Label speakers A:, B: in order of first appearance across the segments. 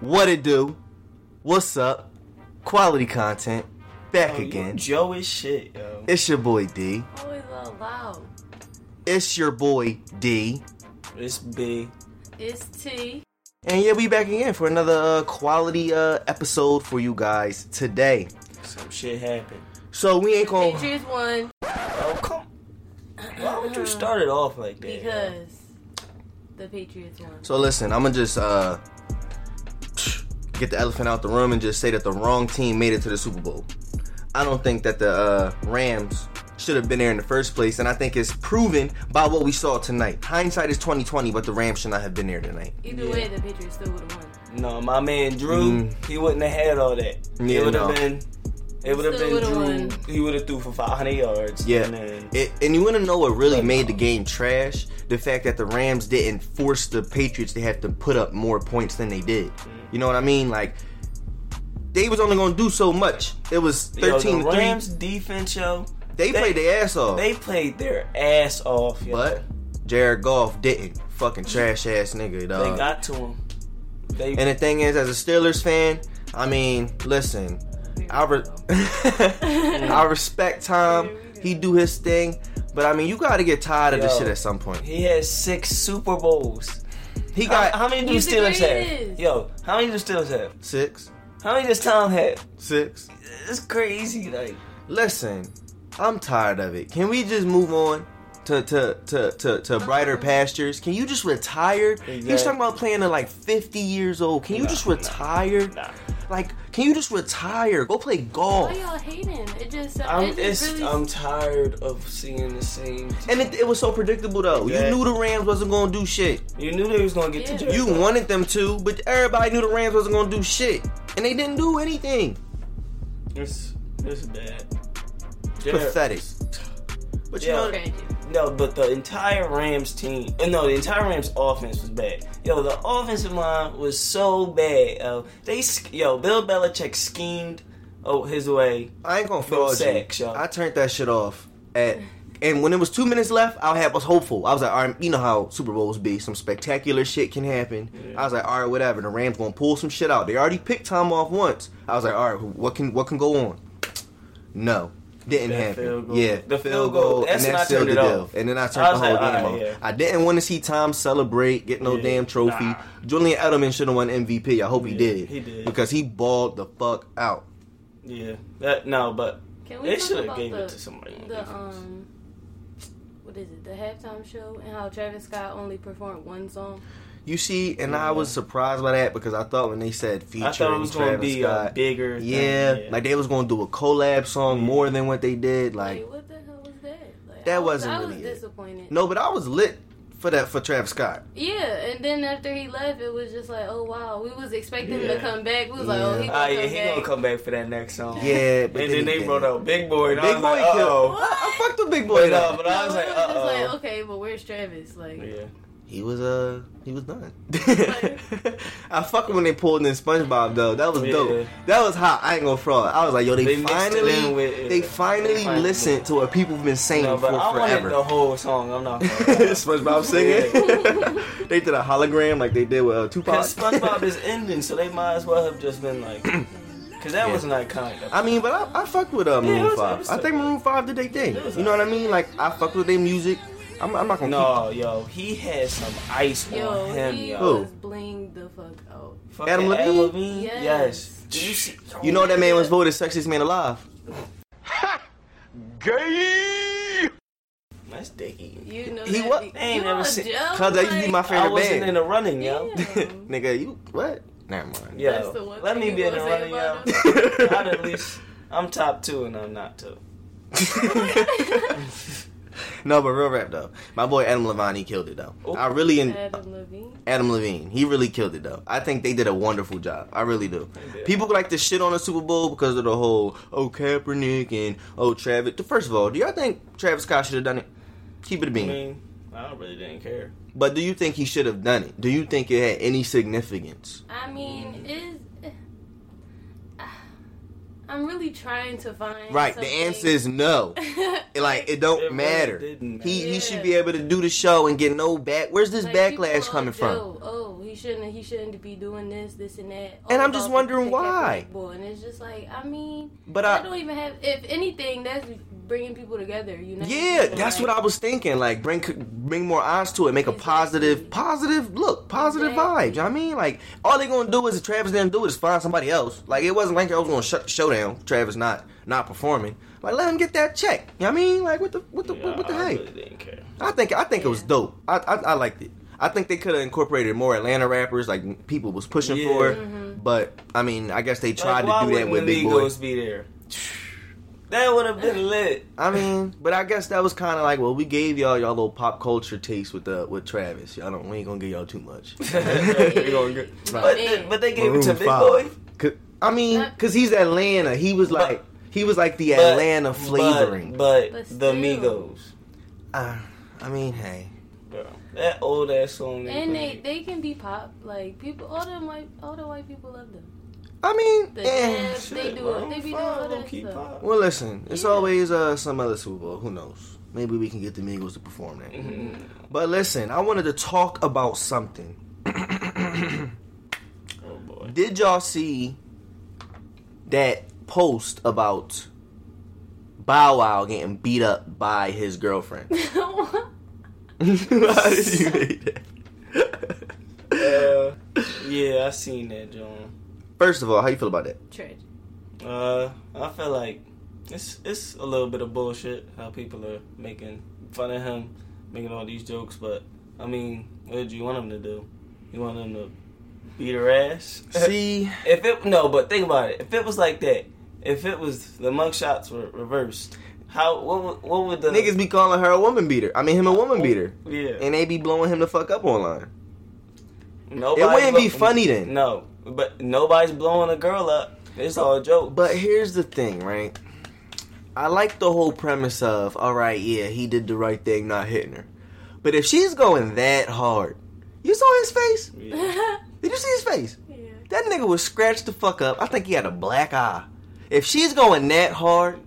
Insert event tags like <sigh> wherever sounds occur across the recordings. A: What it do? What's up? Quality content. Back
B: Yo, Oh, you
A: again.
B: Joe is shit, yo.
A: It's your boy D.
C: Always a little loud.
A: It's your boy D.
B: It's big.
C: It's T.
A: And yeah, we back again for another uh, quality uh, episode for you guys today.
B: Some shit happened.
A: So we ain't gonna.
C: Patriots won
B: Oh come. Why
C: <sighs>
B: would you start it off like that? yo?
C: because the Patriots won.
A: So listen, I'm gonna just uh, get the elephant out the room and just say that the wrong team made it to the Super Bowl. I don't think that the uh, Rams should have been there in the first place, and I think it's proven by what we saw tonight. Hindsight is 2020, but the Rams should not have been there tonight.
C: Either
B: Yeah.
C: way, the Patriots still would have won.
B: No, my man Drew,
A: Mm.
B: he wouldn't have had all that.
A: Yeah,
B: it would have
A: no.
B: been. It would have
C: Still
B: been
C: would've
B: Drew.
C: won.
B: He would have threw for 500 yards.
A: Yeah,
B: And uh, um, then,
A: it, and you want to know what really made the game trash? The fact that the Rams didn't force the Patriots to have to put up more points than they did.
B: Mm-hmm.
A: You know what I mean? Like they was only gonna do so much. It was
B: yo,
A: thirteen
B: the
A: to three.
B: Rams defense, yo.
A: They,
B: they-
A: played their ass off,
B: They played their ass off, yo.
A: but Jared Goff didn't. Fucking trash ass nigga,
B: they
A: dog.
B: got to him. They
A: uh, and the thing is, as a Steelers fan, I mean, listen, I <laughs> re- I respect Tom. He do his thing, but I mean, you got to get tired of this
B: Yo.
A: shit at some point.
B: he has six Super Bowls.
A: He
B: How,
A: got
B: how many do the
C: He's the
B: Steelers have?
C: greatest.
B: Yo, how many do the Steelers have?
A: six,
B: How many does Tom have?
A: six.
B: It's crazy, like.
A: Listen, I'm tired of it. Can we just move on to to to to, to brighter pastures? Can you just retire? You're
B: Exactly.
A: talking about playing at like 50 years old. Can you
B: Nah,
A: just retire?
B: Nah.
A: Like, can you just retire? Go play golf.
C: Why y'all hating? It just,
B: Oh. I'm,
C: it
B: it's,
C: just really.
B: I'm tired of seeing the same. Team.
A: And it, it was so predictable though.
B: Yeah.
A: You knew the Rams wasn't gonna do shit.
B: You knew they was gonna get to
C: Yeah.
B: Jared.
A: You
B: Goff.
A: wanted them to, but everybody knew the Rams wasn't gonna do shit, and they didn't do anything.
B: It's it's bad. Jared-
A: Pathetic. But you
B: Yeah.
A: know,
C: Granted.
B: No, but the entire Rams team, uh, no, the entire Rams offense was bad. Yo, the offensive line was so bad. Uh, they, sch- yo, Bill Belichick schemed oh his way.
A: I ain't gonna
B: No
A: fraud
B: sex,
A: you.
B: y'all.
A: I turned that shit off at. And when it was two minutes left, I had was hopeful. I was like, all right, you know how Super Bowls be. Some spectacular shit can happen. I was like, all right, whatever. The Rams gonna pull some shit out. They already picked Tom off once. I was like, all right, what can what can go on? No, didn't
B: That
A: happen.
B: field goal.
A: Yeah,
B: The field goal. That's
A: and
B: when I
A: that sealed
B: turned
A: the
B: it
A: deal.
B: off.
A: And then I
B: I
A: turned the
B: was
A: whole
B: like, all
A: game
B: right,
A: off.
B: yeah.
A: I didn't want to see Tom celebrate, get no
B: Yeah.
A: damn trophy.
B: Nah.
A: Julian Edelman should have won MVP. I hope he
B: Yeah,
A: did.
B: he did.
A: because he balled the fuck out.
B: Yeah, that no, but
C: Can we
B: they
C: talk
B: should have
C: about
B: gave
C: the,
B: it to somebody. on
C: the
B: defense.
C: um, what is it? The halftime show and how Travis Scott only performed one song.
A: You see, and
B: Yeah.
A: I was surprised by that because I thought when they said featuring
B: I thought it was gonna
A: Travis
B: be a
A: Scott,
B: bigger. thing,
A: yeah, like they was gonna do a collab song
B: Yeah.
A: more than what they did.
C: Like,
A: Like,
C: what the hell was that? Like,
A: That
C: I was,
A: wasn't
C: I
A: really it.
C: was disappointed.
A: no, but I was lit for that for Travis
B: <laughs>
A: Scott.
C: Yeah, and then after he left, it was just like, oh wow, we was expecting him
B: Yeah.
C: to come back. We was like, oh, he
B: Ah,
C: gonna
B: yeah,
C: come
B: he gonna
C: back.
B: come back for that next song.
A: Yeah, but
B: and then they
A: wrote
B: wrote out Big Boy. And I
A: Big
B: was
A: Boy
B: like,
A: killed.
B: "Uh-oh."
A: I, I fucked with Big Boy
B: But, uh,
A: though.
B: but I was
C: No,
B: like,
C: it was just like,
B: uh oh.
C: okay, but where's Travis? Like,
A: He was uh he was
B: <laughs>
A: done. I fuck when they pulled in SpongeBob though. That was
B: Yeah.
A: dope. That was hot. I ain't gonna fraud. I was like, yo, they,
B: They mixed it
A: finally
B: in with-
A: they
B: yeah.
A: finally
B: They finally-
A: listened to what people have been saying
B: No,
A: for
B: but I
A: forever.
B: wanted the whole song. I'm not. gonna lie.
A: <laughs> SpongeBob singing. <laughs> they did a hologram like they did with uh, Tupac.
B: Because SpongeBob is ending, so they might as well have just been
A: <clears throat>
B: like, because that was not kind
A: <laughs>
B: of.
A: I mean, but I, I fucked with uh, Maroon
B: it was- it
A: 5.
B: was
A: I think
B: so-
A: Maroon 5 did their thing.
B: It was
A: You know what I mean? Like, I fucked with their music. I'm, I'm not gonna
B: No, yo, he had some ice
C: yo,
B: on him,
C: he
B: yo.
A: Who?
C: was bling the fuck out.
B: Fucking
A: Adam Levine?
B: Yes.
C: Yes.
B: Did you see?
A: keep... You know that man was voted sexiest man alive. Gay!
B: That's dicky.
C: You know
A: He
C: that
A: wa-
C: be-
B: I ain't
C: you
B: never
C: a
B: seen-
C: joke,
A: Cause that used to be my
C: like,
B: I
A: favorite
B: wasn't in
A: band.
B: the running, yo.
A: <laughs>
C: damn.
A: Nigga, you... What? Never mind.
B: <laughs> Yo,
C: That's the one
B: let
C: thing
B: me
C: you
B: be in the
C: gonna say
B: running, yo. <laughs> I'd
C: about
B: at least I'm top two, and I'm not two.
A: <laughs> no, but real rap, though. My boy Adam Levine, he killed it, though.
B: Oh.
A: I really... En-
C: Adam Levine.
A: Adam Levine. He really killed it though. I think they did a wonderful job. I really do.
B: They did.
A: People like to shit on the Super Bowl because of the whole oh Kaepernick and oh Travis. First of all, do y'all think Travis Scott should have done it? Keep it a
B: I
A: bean.
B: mean, I really didn't care.
A: But do you think he should have done it? Do you think it had any significance?
C: I mean, is <sighs> I'm really trying to find
A: Right. The
C: something.
A: answer
C: <laughs>
A: is no. Like it don't
B: It really
A: matter.
B: didn't
A: he he
C: matter.
A: should be able to do the show and get no back. Where's this
C: Like, people
A: backlash
C: all
A: coming from?
C: do, Oh, he shouldn't. He shouldn't be doing this, this, and that.
A: And
C: all
A: I'm just
C: about the
A: wondering
C: pick up
A: why.
C: black boy. And it's just like, I mean,
A: But uh,
C: I,
A: I-
C: don't even have. If anything, that's bringing people together. You know?
A: Yeah, that's what I was thinking. Like bring bring more eyes to it, make a positive positive look, positive
C: Exactly.
A: vibe. You know what I mean? Like all they gonna do is if Travis didn't do it is find somebody else. Like it wasn't like I was gonna shut the show down. Travis not not performing. Like let him get that check. You know what I mean? Like what the what the what, the
B: I
A: heck?
B: really didn't care.
A: I think I think it was
C: Yeah.
A: dope. I I, I liked it. I think they could have incorporated more Atlanta rappers, like people was pushing
B: Yeah.
A: for. But I mean, I guess they
B: Like,
A: tried
B: why
A: to do that with
B: wouldn't the
A: Big Boy.
B: Migos be there? That would have been
A: <laughs>
B: lit.
A: I mean, but I guess that was kind of like, well, we gave y'all y'all little pop culture taste with the with Travis. Y'all don't we ain't gonna give y'all too
B: <laughs>
A: much.
B: They gonna get- <laughs> but, they, but they gave it to
A: Maroon
B: Big Boy.
A: five. C- I mean, cause he's Atlanta. He was
B: But-
A: like he was like the
B: But-
A: Atlanta
B: but-
A: flavoring.
B: But,
C: But
B: the
C: still.
B: Migos,
A: Uh, I mean, hey,
B: bro. That old ass song.
C: And they
B: played.
C: they can be pop. Like people, all them white, all the white people love them.
A: I mean,
C: The
A: eh.
C: Jazz, they do
B: Maroon
C: it. They be doing
B: five
C: all
B: don't
C: that
B: keep
C: stuff.
B: pop.
A: Well, listen, it's
C: Yeah.
A: always uh, some other Super Bowl. Who knows? Maybe we can get the Migos to perform that.
B: Mhm.
A: But listen, I wanted to talk about something.
B: <laughs>
A: <clears throat>
B: Oh boy.
A: Did y'all see that post about Bow Wow getting beat up by his girlfriend? <laughs> How did you hate that?
B: Uh, yeah, I seen that, John.
A: First of all, how you feel about
B: <laughs>
A: that?
C: Tragic.
B: Uh, I feel like it's it's a little bit of bullshit how people are making fun of him, making all these jokes. But I mean, what did you want him to do? You want him to beat her ass?
A: <laughs> See,
B: if it no, but think about it. If it was like that, if it was the mug shots were reversed, how what would- what would the
A: niggas be calling her a woman beater. I mean, him a woman beater.
B: Oh, Yeah,
A: And they be blowing him the fuck up online.
B: nobody.
A: it wouldn't be
B: blo-
A: funny then.
B: No, but nobody's blowing a girl up. It's all jokes.
A: But here's the thing, right? I like the whole premise of, all right, yeah, he did the right thing not hitting her. But if she's going that hard, you saw his face?
B: Yeah.
C: yeah.
A: Did you see his face? That nigga was scratched the fuck up. I think he had a black eye. If she's going that hard,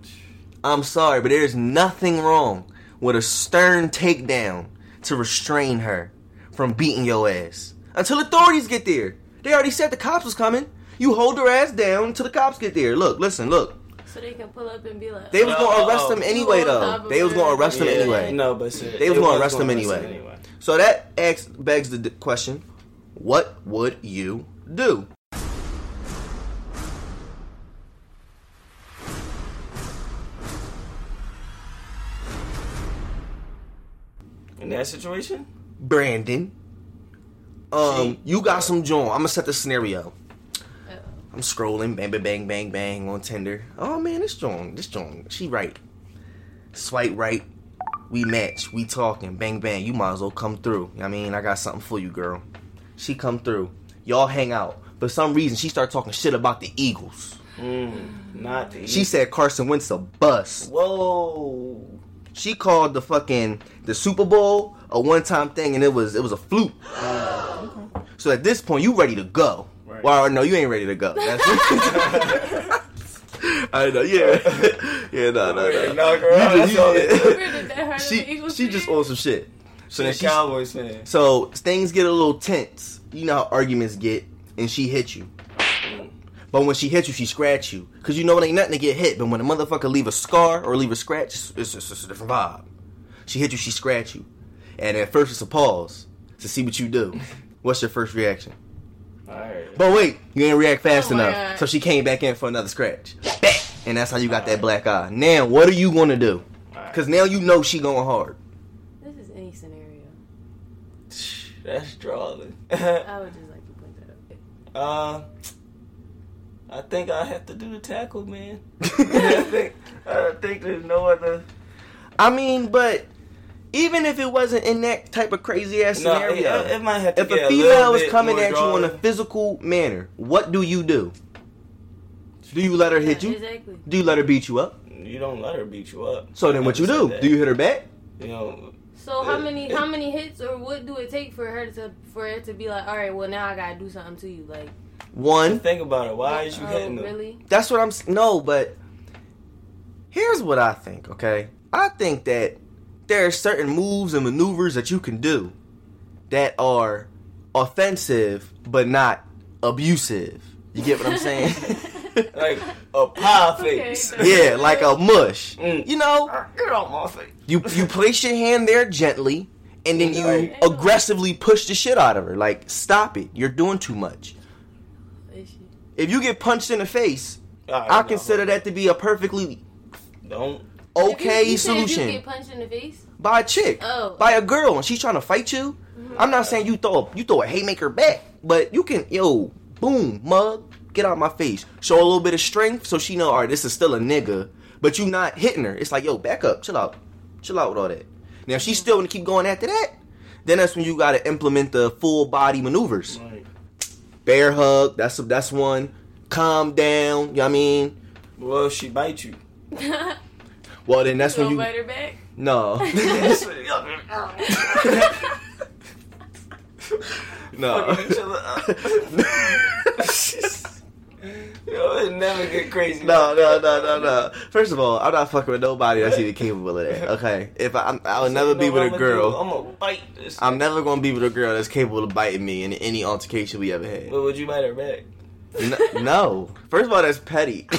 A: I'm sorry, but there's nothing wrong with a stern takedown to restrain her from beating your ass. Until authorities get there. They already said the cops was coming. You hold her ass down until the cops get there. Look, listen, look.
C: So they can pull up and be like,
A: They was gonna
B: Uh-oh.
A: arrest him anyway,
C: You on top
A: though.
C: of
A: They was gonna
C: her.
A: arrest him
C: Yeah.
A: anyway.
B: No, but shit,
A: They was
B: it
A: gonna arrest him
B: arrest
A: anyway. So that asks, begs the d- question: What would you do?
B: In that situation,
A: Brandon. Um,
B: She-
A: you got some joint. I'm gonna set the scenario.
C: Uh-oh.
A: I'm scrolling, bang, bang, bang, bang, bang on Tinder. Oh man, this joint, this joint, she right. Swipe right. We match. We talking. Bang, bang. You might as well come through. I mean, I got something for you, girl. She come through. Y'all hang out. For some reason, she start talking shit about the Eagles.
B: mm, not the
A: She said Carson Wentz a bust.
B: Whoa.
A: She called the fucking the Super Bowl a one time thing, and it was it was a fluke. So at this point, you ready to go?
B: Right.
A: Well, no, you ain't ready to go. That's <laughs> I know, yeah, yeah, <laughs> no, no, no. You just- you- she <laughs> she just on some shit. So
B: So
A: then
B: the
A: she
B: Cowboys fan.
A: so things get a little tense. You know how arguments get, and she hit you. But when she hits you, she scratch you. Cause you know it ain't nothing to get hit. But when a motherfucker leave a scar or leave a scratch, it's, it's, it's a different vibe. She hit you, she scratch you. And at first it's a pause to see what you do. What's your first reaction?
B: Alright.
A: But wait, you ain't react fast
C: Oh my
A: enough.
C: God.
A: So she came back in for another scratch. Bang! And that's how you got that black eye. Now what are you gonna do? Cause now you know she going hard. <laughs>
C: This is any scenario.
B: That's <laughs> drawing.
C: I would just like to point that out.
B: uh, I think I have to do the
A: <laughs>
B: tackle, man. <laughs> I think I don't think there's no other.
A: I mean, but even if it wasn't in that type of crazy ass
B: No, it,
A: scenario,
B: it might have to
A: uh, if
B: get
A: a
B: little
A: female is
B: bit
A: coming
B: more
A: at you in a
B: drawing.
A: physical manner, what do you do? Do you let her hit
C: Yeah,
A: you?
C: Exactly.
A: Do you let her beat you up?
B: you don't let her beat you up.
A: So then, what you do? Do you hit her back?
B: You know,
C: So how many how many hits or what do it take for her to for it to be like, all right, well now I gotta do something to you? Like
A: One.
B: Think about it. Why is you hitting
C: oh,
B: them?
C: really?
A: That's what I'm. s- No, but here's what I think. Okay, I think that there are certain moves and maneuvers that you can do that are offensive but not abusive. You get what I'm saying?
B: <laughs>
C: <laughs>
B: Like a pie
C: Okay,
B: face.
C: so-
A: yeah, like a mush.
B: Mm.
A: You know,
B: <laughs> Get off my face.
A: you you place your hand there gently, and then you
B: Right.
A: aggressively push the shit out of her. Like, stop it! You're doing too much.
C: Is she?
A: If you get punched in the face,
B: All right,
A: I
B: no,
A: consider that to be a perfectly
B: Don't.
A: okay
C: If you, you said
A: solution.
C: You get punched in the face. <laughs>
A: by a chick,
C: Oh.
A: by a girl, and she's trying to fight you. I'm not saying you throw you throw a haymaker back, but you can yo boom mug get out of my face. Show a little bit of strength so she know all right this is still a nigga, but you not hitting her. It's like yo back up, chill out, chill out with all that. Now if she still want to keep going after that, then that's when you got to implement the full body maneuvers.
B: Like,
A: Bear hug, that's that's one. Calm down, you know what I mean.
B: well, if she bite <laughs> you.
A: Well then that's
C: you
A: when
C: gonna
A: you <laughs>
C: bite her back.
A: no <laughs> no.
B: <laughs> Fucking each other up.
A: <laughs>
B: Yo, it never get crazy.
A: No, no, no, no, no. First of all, I'm not fucking with nobody that's even capable of that. Okay, if I, I'm, I'll never be with a girl.
B: I'm Oh gonna bite this.
A: I'm never gonna be with a girl that's capable of biting me in any altercation we ever had.
B: But would you bite her back?
A: No, no. first of all, that's petty. <laughs>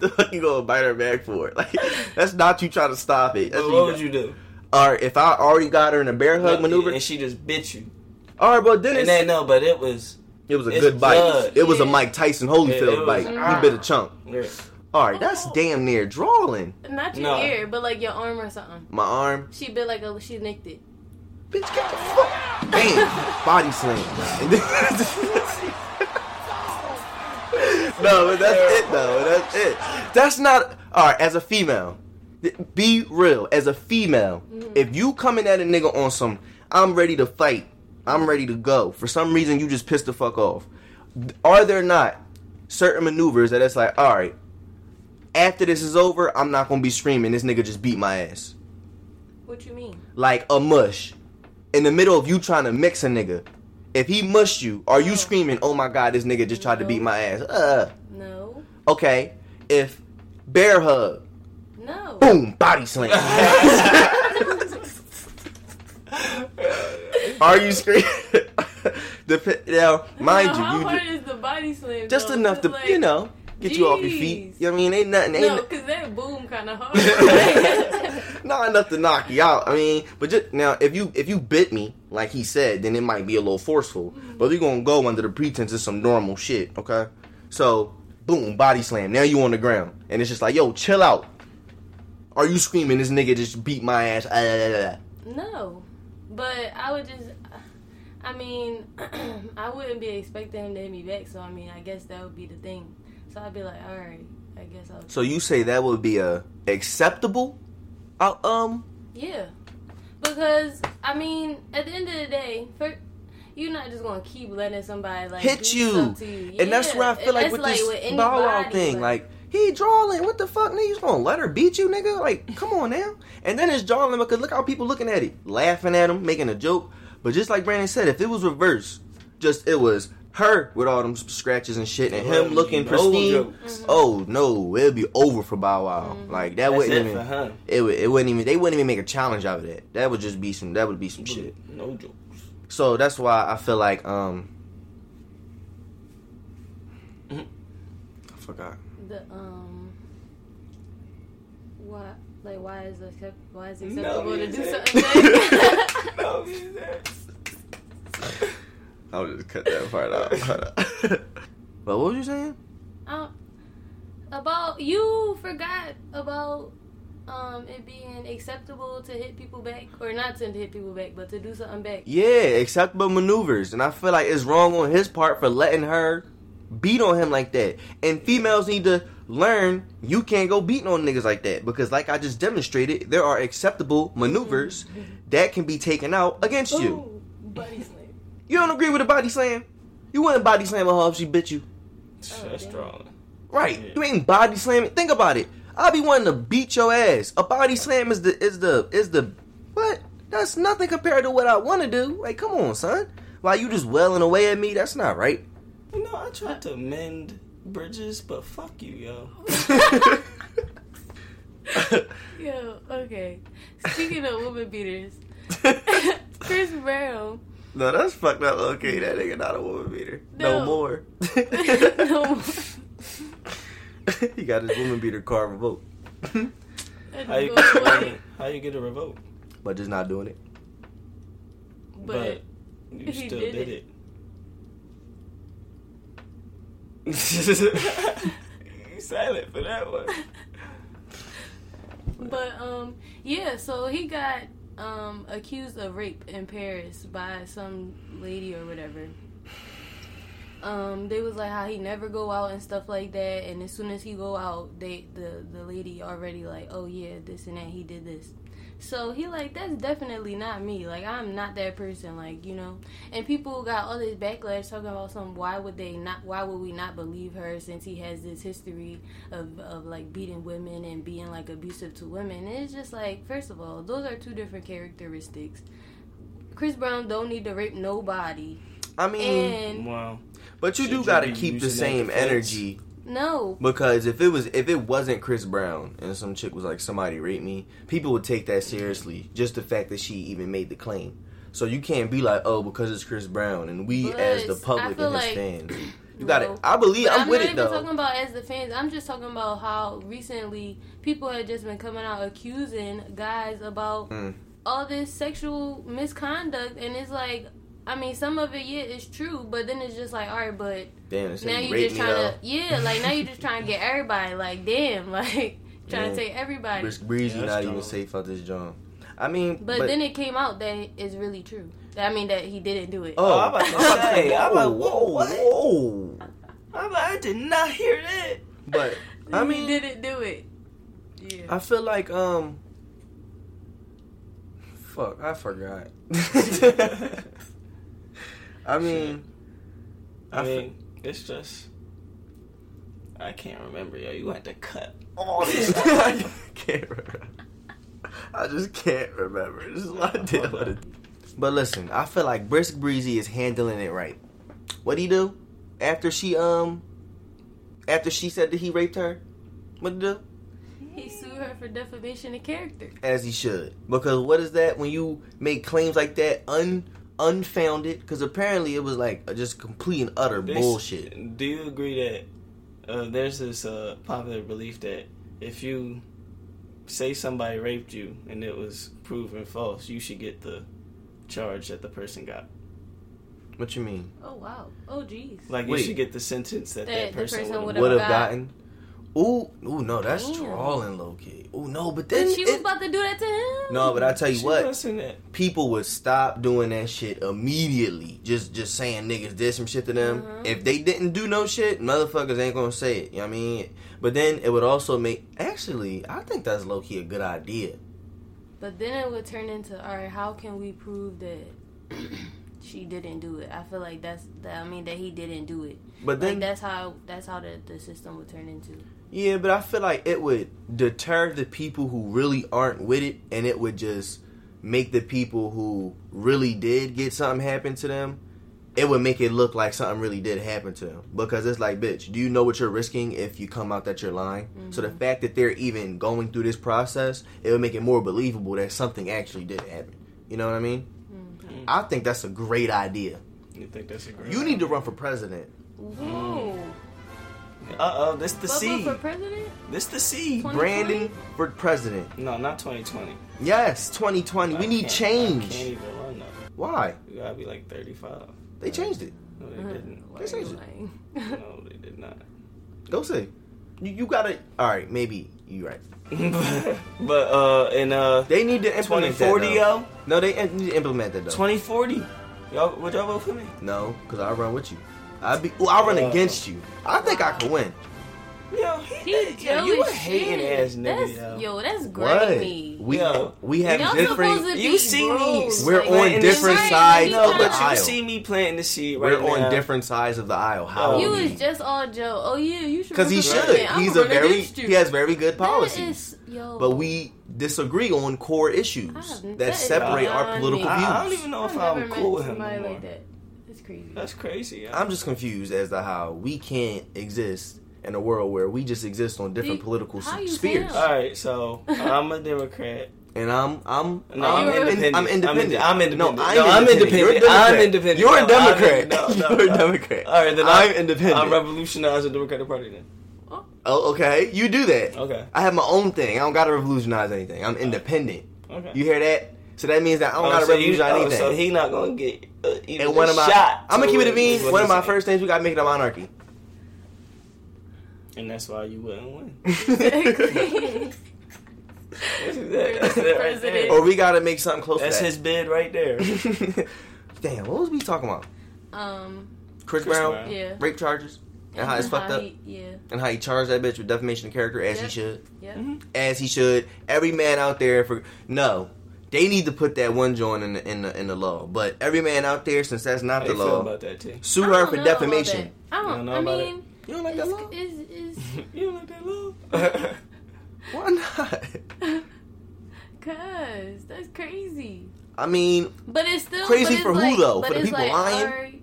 A: the fuck you gonna bite her back for? <laughs> Like, that's not you trying to stop it. That's
B: But
A: you
B: what would you do?
A: All right, if I already got her in a bear hug maneuver,
B: And she just bit you.
A: all right, but then
B: And
A: it's,
B: then no, but it was.
A: it was a
B: it's
A: good bite.
B: blood.
A: It was a
C: Yeah.
A: Mike Tyson
B: Yeah, it
A: Holyfield
B: was- Ah.
A: bite. You bit a chunk.
B: Yeah.
A: All right, that's damn near drawing.
C: Not your
B: No.
C: ear, but like your arm or something.
A: My arm.
C: She bit like a. She nicked it.
A: Bitch, get the fuck. Bam. Body slam. <laughs> no, but that's it, though. That's it. That's not. Alright, as a female, th- be real. As a female, if you coming at a nigga on some, I'm ready to fight, I'm ready to go, for some reason you just pissed the fuck off. Are there not certain maneuvers that it's like, alright, after this is over, I'm not gonna be screaming, this nigga just beat my ass?
C: What you mean?
A: like a mush in the middle of you trying to mix a nigga. If he mushed you, are you screaming, "Oh my god, this nigga just tried to beat my ass"? Uh,
C: No.
A: okay. If bear hug,
C: No. <laughs>
A: boom, body slam. <laughs> are you screaming? <laughs> Dep- now, mind
C: Now, How
A: you, you
C: hard
A: ju-
C: is the body slam?
A: just
C: though?
A: enough to
C: It's like-
A: you know get you off your feet.
C: jeez.
A: You know what I mean? Ain't nothing. Ain't
C: No,
A: no-
C: because that boom kind of <laughs>
A: <laughs>
C: hard.
A: not enough to knock you out. I mean, but just now, if you if you bit me, like he said, then it might be a little forceful. But we're gonna go under the pretense of some normal shit, okay? So, boom, body slam. Now you on the ground, and it's just like, yo, chill out. Are you screaming? This nigga just beat my ass. Ah, ah, ah, ah.
C: No, but I would just. I mean, <clears throat> I wouldn't be expecting him to hit me back. So I mean, I guess that would be the thing. So I'd be like, all right, I guess I'll.
A: So you say that would be a acceptable, uh, um,
C: Yeah, because I mean, at the end of the day, for, you're not just gonna keep letting somebody like
A: hit
C: do
A: you.
C: stuff to you.
A: And that's where I
C: Yeah,
A: feel like
C: it's
A: with this
C: with
A: bow wow
C: anybody,
A: thing, like he drawing, what the fuck, nigga? You just gonna let her beat you, nigga? Like, come on now. And then it's drawing because look how people looking at it, laughing at him, making a joke. But just like Brandon said, if it was reversed, just it was her with all them scratches and shit, and
B: Well,
A: him looking
B: no
A: pristine.
B: jokes.
A: Oh no, it'd be over for Bow Wow.
C: Mm-hmm.
A: Like that
B: That's
A: wouldn't
B: it for
A: even.
B: him.
A: It, would, it wouldn't even. They wouldn't even make a challenge out of that. That would just be some. That would be some
B: Mm-hmm.
A: shit. <laughs>
B: No joke.
A: So that's why I feel like um
B: Mhm.
A: I forgot.
C: the um, why like why is it accept, why is it
B: No,
C: acceptable to
B: you
C: do
B: said-
C: something?
B: <laughs>
C: back?
B: No, he's there.
A: Oh, I'll just cut that part out. Hold up. <laughs> but what was you saying?
C: <laughs> Um, about you forgot about um it being acceptable to hit people back or not to hit people back, but to do something back.
A: Yeah, acceptable maneuvers. And I feel like it's wrong on his part for letting her beat on him like that. And females need to learn you can't go beating on niggas like that. Because like I just demonstrated, there are acceptable maneuvers that can be taken out against you.
C: Ooh, buddy slam.
A: You don't agree with a body slam? You wouldn't body slam a hoe if she bit you.
B: That's
C: damn.
B: strong.
A: Right.
B: Yeah.
A: You ain't body slamming. Think about it. I'll be wanting to beat your ass. A body slam is the is the is the what? That's nothing compared to what I want to do. Like, come on, son. Why you just welling away at me? That's not right. <laughs>
B: You know, I tried to mend bridges, but fuck you, yo.
A: <laughs>
C: <laughs> Yo, okay. Speaking of woman beaters, Chris Brown. <laughs>
A: no, that's fucked up. Okay, that nigga not a woman beater. No,
C: No.
A: more.
C: <laughs> no more.
A: <laughs> he got his woman beater card revoked, <laughs>
C: That
B: How you,
C: just goes away.
B: how you get a revoke?
A: but just not doing it.
C: But
B: you
C: he
B: still
C: did
B: did, <laughs> it. you silent for that one.
C: but um yeah, so he got um accused of rape in Paris by some lady or whatever. Um, they was like how he never go out and stuff like that, and as soon as he go out, they the the lady already like, oh yeah, this and that, he did this. So he like that's definitely not me. Like I'm not that person. Like you know, and people got all this backlash talking about some. Why would they not? Why would we not believe her since he has this history of, of like beating women and being like abusive to women. And it's just like, first of all, those are two different characteristics. Chris Brown don't need to rape nobody,
A: I mean,
C: and
B: Wow.
A: but you
B: Should
A: do
B: you
A: gotta
B: be
A: keep the
B: using that
A: same
B: defense?
A: energy
C: no,
A: Because if it was if it wasn't Chris Brown and some chick was like somebody raped me, people would take that seriously. Just the fact that she even made the claim. So you can't be like, oh, because it's Chris Brown and we
C: But
A: as the
C: I
A: public
C: feel
A: and his
C: like-
A: fans.
C: <coughs>
A: You got
C: No.
A: it. I believe
C: But
A: I'm, with
C: not
A: it
C: even
A: though.
C: talking about as the fans. I'm just talking about how recently people had just been coming out accusing guys about
A: Mm.
C: all this sexual misconduct, and it's like, I mean, some of it yeah is true, but then it's just like, all right, but
A: Damn, it's
C: now
A: like
C: you
A: you raped
C: just
A: me
C: trying
A: though.
C: to yeah, like now you just trying to get everybody. Like damn, <laughs> like trying
A: Yeah.
C: to take everybody.
A: Chris Breezy
B: Yeah, that's
A: not even
B: dumb.
A: safe out this joint. I mean,
C: But, then it came out that it's really true. That- I mean that he didn't do it.
A: oh,
B: I'm about
A: I'm
B: to
A: about <laughs> to
B: say, I'm like,
A: whoa,
B: whoa, what?
A: whoa, whoa.
B: I'm like, I did not hear that.
A: But I mean,
C: he didn't do it. Yeah.
A: I feel like um fuck, I forgot.
B: <laughs>
A: I mean,
B: <laughs> I
A: I fe-
B: mean, it's just I can't remember, yo. You had to cut. <laughs>
A: all this <laughs> I can't remember. I just can't remember. This is what I did. on it. But listen, I feel like Brisk Breezy is handling it right. What he do after she um after she said that he raped her? What he do?
C: he sued her for defamation of character.
A: as he should. Because what is that when you make claims like that un unfounded? Because apparently it was like just complete and utter
B: They s-
A: bullshit.
B: Do you agree that uh, there's this uh, popular belief that if you say somebody raped you and it was proven false, you should get the charge that the person got.
A: What you mean?
C: Oh wow. Oh jeez.
B: Like
A: Wait.
B: you should get the sentence that
C: That
B: that,
C: the
B: person,
C: person
B: would
C: would've-
B: have.
A: Would have
C: got-
A: gotten. Ooh, ooh, no, that's
C: Damn.
A: trolling, low key. Ooh, no, but then
C: But she was
A: it-
C: about to do that to him.
A: no, but I tell you
B: She
A: what,
B: wasn't it.
A: people would stop doing that shit immediately. Just just saying niggas did some shit to them.
C: Uh-huh.
A: If they didn't do no shit, motherfuckers ain't gonna say it. You know what I mean? But then it would also make actually, I think that's low key a good idea.
C: But then it would turn into all right. How can we prove that <clears throat> she didn't do it? I feel like that's. That, I mean that he didn't do it.
A: But then
C: like that's how. That's how the, the system would turn into.
A: Yeah, but I feel like it would deter the people who really aren't with it, and it would just make the people who really did get something happen to them. It would make it look like something really did happen to them because it's like, bitch, do you know what you're risking if you come out that you're lying? So the fact that they're even going through this process, it would make it more believable that something actually did happen. You know what I mean? I think that's a great idea.
B: You think that's a great?
A: You need to run for president.
C: Whoa.
A: Hmm.
B: Uh oh, this the
C: Bubba
B: C.
C: for president?
B: This the C.
C: 20
A: Brandon for president.
B: No, not 2020.
A: Yes, 2020.
B: I
A: We need
B: can't-
A: change.
B: I can't even run that.
A: Why?
B: You gotta be like 35.
A: They changed it.
B: No, they
C: Uh,
B: didn't.
C: why
A: This
C: are you
A: is-
C: lying?
B: No, they did not. <laughs>
A: Go see. You, you gotta. All right, maybe you right.
B: but uh, in uh,
A: They need to implement
B: 2040,
A: that.
B: yo,
A: though. No, they in- need to implement that though.
B: 2040. Y'all, would y'all vote for me?
A: No, because I run with you. I be. Ooh, I run
B: Uh,
A: against you. I think I could win.
B: Yo, he,
C: <laughs> He
B: yo,
C: Joe
B: you a
C: as
B: hating
C: shit.
B: ass nigga,
C: That's,
B: yo.
C: yo, that's
A: What?
C: grimy.
A: We
B: Yo.
A: we have
C: Y'all
A: different.
C: supposed to
B: You
C: be
B: see
C: bros.
B: me.
A: We're
B: like,
A: on
B: and
A: different
C: it's-
A: sides
B: No,
A: of
C: Right,
A: the
B: but you
A: aisle.
B: see me planting the seed right
A: We're on
B: now.
A: different sides of the aisle. How?
B: Oh.
C: You
B: me.
C: was just all Joe. Oh yeah, you should.
A: Because he
C: run for
A: should.
C: president. I'm
A: He's a
C: running
A: very.
C: against you.
A: He has very good
C: That
A: policies.
C: is, yo,
A: But we disagree on core issues
C: I have-
A: that,
C: that is
A: separate our
C: beyond
A: political
C: me.
A: views.
B: I, I don't even know
C: I've
B: if I'm
C: never
B: cool
C: met
B: with him
C: somebody
B: anymore.
C: like that. It's
A: <laughs>
C: crazy. <laughs>
B: That's crazy. yeah.
A: I'm just confused as to how we can't exist in a world where we just exist on different
C: Do-
A: political
C: how
A: s-
C: you
A: spheres.
C: feel?
B: All right, <laughs> so I'm a Democrat.
A: And I'm I'm I'm,
B: No, I'm
A: inde-
B: independent.
A: I'm independent.
B: I'm independent.
A: No, I
B: No,
A: am
B: I'm
A: independent.
B: independent.
A: You're a
B: I'm
A: Democrat.
B: independent.
A: You're a
B: No,
A: Democrat.
B: I'm in- <laughs> no,
A: <laughs>
B: no,
A: You're a
B: no.
A: Democrat.
B: All right, then
A: I'm
B: I'm-
A: independent.
B: I revolutionized the Democratic Party. Then
A: oh, okay, you do that.
B: okay,
A: I have my own thing. I don't gotta revolutionize anything. I'm independent.
B: okay.
A: You hear that? So that means that I don't
B: Oh,
A: gotta
B: so you-
A: revolutionize
B: oh,
A: anything.
B: So he not gonna get uh, even
A: and one
B: a
A: of my,
B: shot.
A: I'm gonna keep it a
B: to win, is
A: bean.
B: what
A: One of
B: he's
A: my
B: saying.
A: first things we gotta make it a
B: <laughs>
A: monarchy.
B: and that's why you wouldn't win.
C: Exactly.
B: <laughs> That's it- that's it right there.
A: or we gotta make something close
B: That's
A: to that.
B: his bid right there.
A: <laughs> Damn, what was we talking about?
C: um.
A: Chris,
B: Chris
A: Brown,
B: Brown.
C: Yeah.
A: rape charges, and, how it's fucked up,
C: he- Yeah.
A: and how he charged that bitch with defamation of character as he
C: Yep.
A: should,
C: Yeah.
B: Mhm.
A: as he should. Every man out there for no, they need to put that one joint in the in the, in the law. But every man out there, since that's
B: How
A: not
B: you
A: the
B: feel
A: law,
B: about that too?
A: sue
C: I
A: her
C: don't
A: for
C: know
A: defamation.
C: about that. I don't.
B: You don't know
C: I
B: about it?
C: mean,
A: You don't like that law?
C: it's, it's, <laughs> it's
B: <laughs> you don't like that law?
A: Why not? <laughs>
C: cause that's crazy.
A: I mean,
C: But it's still
A: Crazy
C: but it's
A: for who,
C: like,
A: though?
C: But
A: For the
C: it's
A: people
C: like,
A: lying?
C: alright,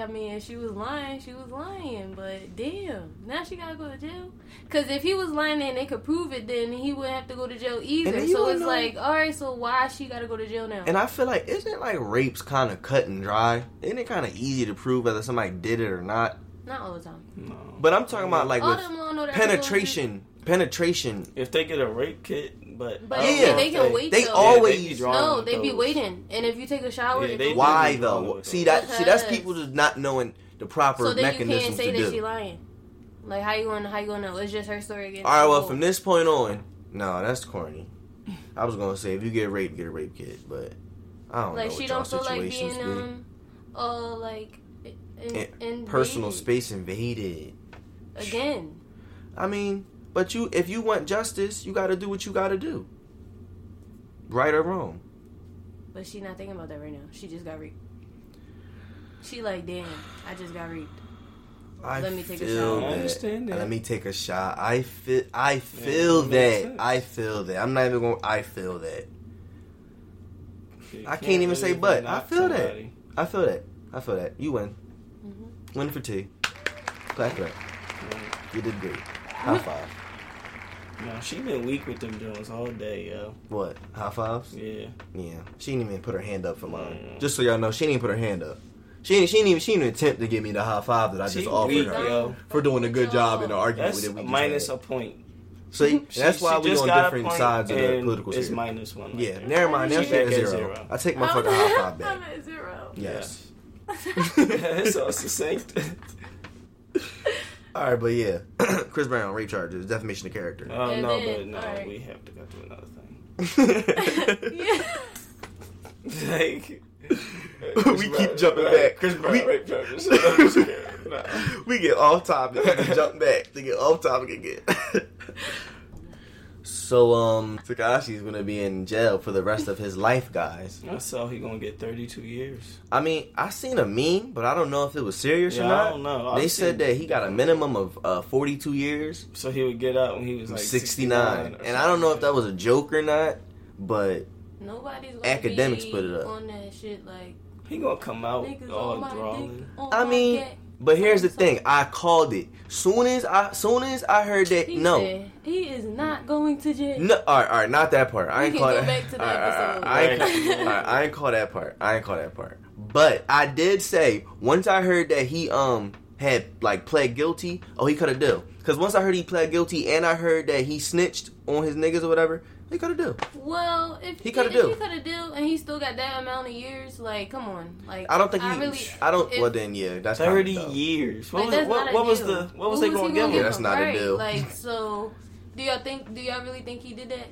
C: I mean, if she was lying, she was lying. But damn, now she gotta go to jail. Because if he was lying and they could prove it, then he wouldn't have to go to jail either.
A: then you
C: So
A: wouldn't
C: it's
A: know.
C: like, all right, so why she gotta go to jail now?
A: and I feel like isn't like rapes kind of cut and dry? Isn't it kind of easy to prove whether somebody did it or not?
C: Not all the time.
B: <laughs> no.
A: But I'm talking about like
C: all
A: with
C: them law know that
A: penetration, penetration.
B: if they get a rape kit, but
C: But
B: I don't
A: Yeah.
B: know
C: Oh, they
B: if
C: can wait
A: They
C: though.
A: always-
B: be drawing
C: No,
B: with
C: they be
B: those.
C: waiting. And if you take a shower,
B: Yeah,
C: if
B: they
C: you-
B: do.
A: Why
B: Mhm.
A: though? See that? See that's people just not knowing the proper
C: so then you can't
A: mechanisms to
C: say that
A: do.
C: she lying. Like how you gonna how you gonna know? It's just her story again.
A: All right. Well, from this point on, no, that's corny. I was gonna say if you get raped, get a rape kid, but I don't
C: like
A: know.
C: she
A: what y'all
C: don't feel like
A: situations
C: being
A: be.
C: um uh like in,
A: In-
C: in
A: personal
C: dating
A: space invaded.
C: again
A: I mean, but you if you want justice, you got to do what you got to do. Right or wrong.
C: but she not thinking about that right now she just got raped she like damn i just got raped
A: I
C: Let me take a
A: feel
C: shot.
A: that.
B: I understand that.
A: Let me take a shot. I feel. I feel
B: that
A: that.
B: makes sense.
A: I feel that. I'm not even going. to I feel that.
B: You
A: I can't even say but. I
B: knock
A: feel that.
B: somebody.
A: I feel that. I feel that. You win.
C: Mhm.
A: Win for two. Clap it up. You did great. High five.
B: No, she been weak with them Jones all day, yo.
A: What? High fives?
B: Yeah. Mm.
A: Yeah. She didn't even put her hand up for mine.
B: Yeah.
A: Just so y'all know, she didn't even put her hand up. She didn't. She didn't even. She didn't attempt to give me the high five that I just
B: She
A: offered
B: weak,
A: her
B: yo.
A: for doing a good job in the argument
B: That's
A: that we just
B: minus a
A: had.
B: point.
A: See,
B: She-
A: that's why
B: she
A: we
B: just
A: on
B: got a
A: different
B: point,
A: sides of the
B: and
A: political
B: It's
A: sphere.
B: minus one. right
A: Yeah,
B: there.
A: never mind. Now she
C: She's
A: at
B: back at
A: zero.
B: zero.
A: I take my
C: Oh,
A: fucking high five back.
C: <laughs> i'm at zero
A: Yes.
B: <laughs> it's all succinct.
A: All right, but yeah, <clears throat> Chris Brown rape charges, defamation of character.
B: <laughs>
A: <laughs>
B: Oh
C: And
B: no, but
C: then-
B: no,
C: alright.
B: we have to go to another thing.
A: <laughs>
B: <laughs> <laughs>
C: <laughs> yeah
B: like
A: We keep jumping
B: right,
A: back.
B: Chris Brown,
A: We-
B: rape <laughs> charges.
A: <laughs>
B: I'm scared. Nah.
A: we get off topic, and jump back to get off topic again. <laughs> so, um, Takashi's gonna be in jail for the rest of his life, guys.
B: <laughs> I saw he gonna get 32 years.
A: I mean, I seen a meme, but I don't know if it was serious
B: Yeah,
A: or
B: I
A: not.
B: don't know. I've
A: They
B: seen-
A: said that he got a minimum of uh, 42 years,
B: So he would get out when he was like
A: 69, and I don't know if that was a joke or not, but
C: nobody's gonna
A: Academics
C: be
A: put it up.
C: on that shit like
B: he gonna come out
C: niggas
B: all
C: on my dick
B: drawling.
C: on
A: I
C: my
A: mean,
C: gat.
A: but here's the thing, I called it soon as I soon as I heard that
C: he
A: no.
C: said, he is not going to jail
A: No, all right, all right, not that part. I
C: We
A: ain't
C: can
A: call
C: <laughs> go
A: that.
C: back to the
A: all right, all right, I,
B: episode.
A: ain't, all right, I ain't call that part. I ain't call that part. But I did say once I heard that he um had like pled guilty. Oh, he cut a deal. Because once I heard he pled guilty and I heard that he snitched on his niggas or whatever, he cut a deal.
C: Well, if
A: He cut a
C: if
A: deal.
C: He cut a deal, and he still got that amount of years. Like, come on, like
A: I don't think he.
C: I
A: I,
C: really.
A: don't.
C: if-
A: well, then yeah, that's not a
B: 30
A: deal.
B: years.
C: like,
B: What was
C: that's
B: what,
C: not a
B: what was
C: deal.
B: the what was
C: Who
B: they
C: he
B: gonna
C: gonna
B: give him?
A: Yeah, that's
C: him?
A: not a
C: Right,
A: deal.
C: Like, so do y'all think? Do y'all really think he did that?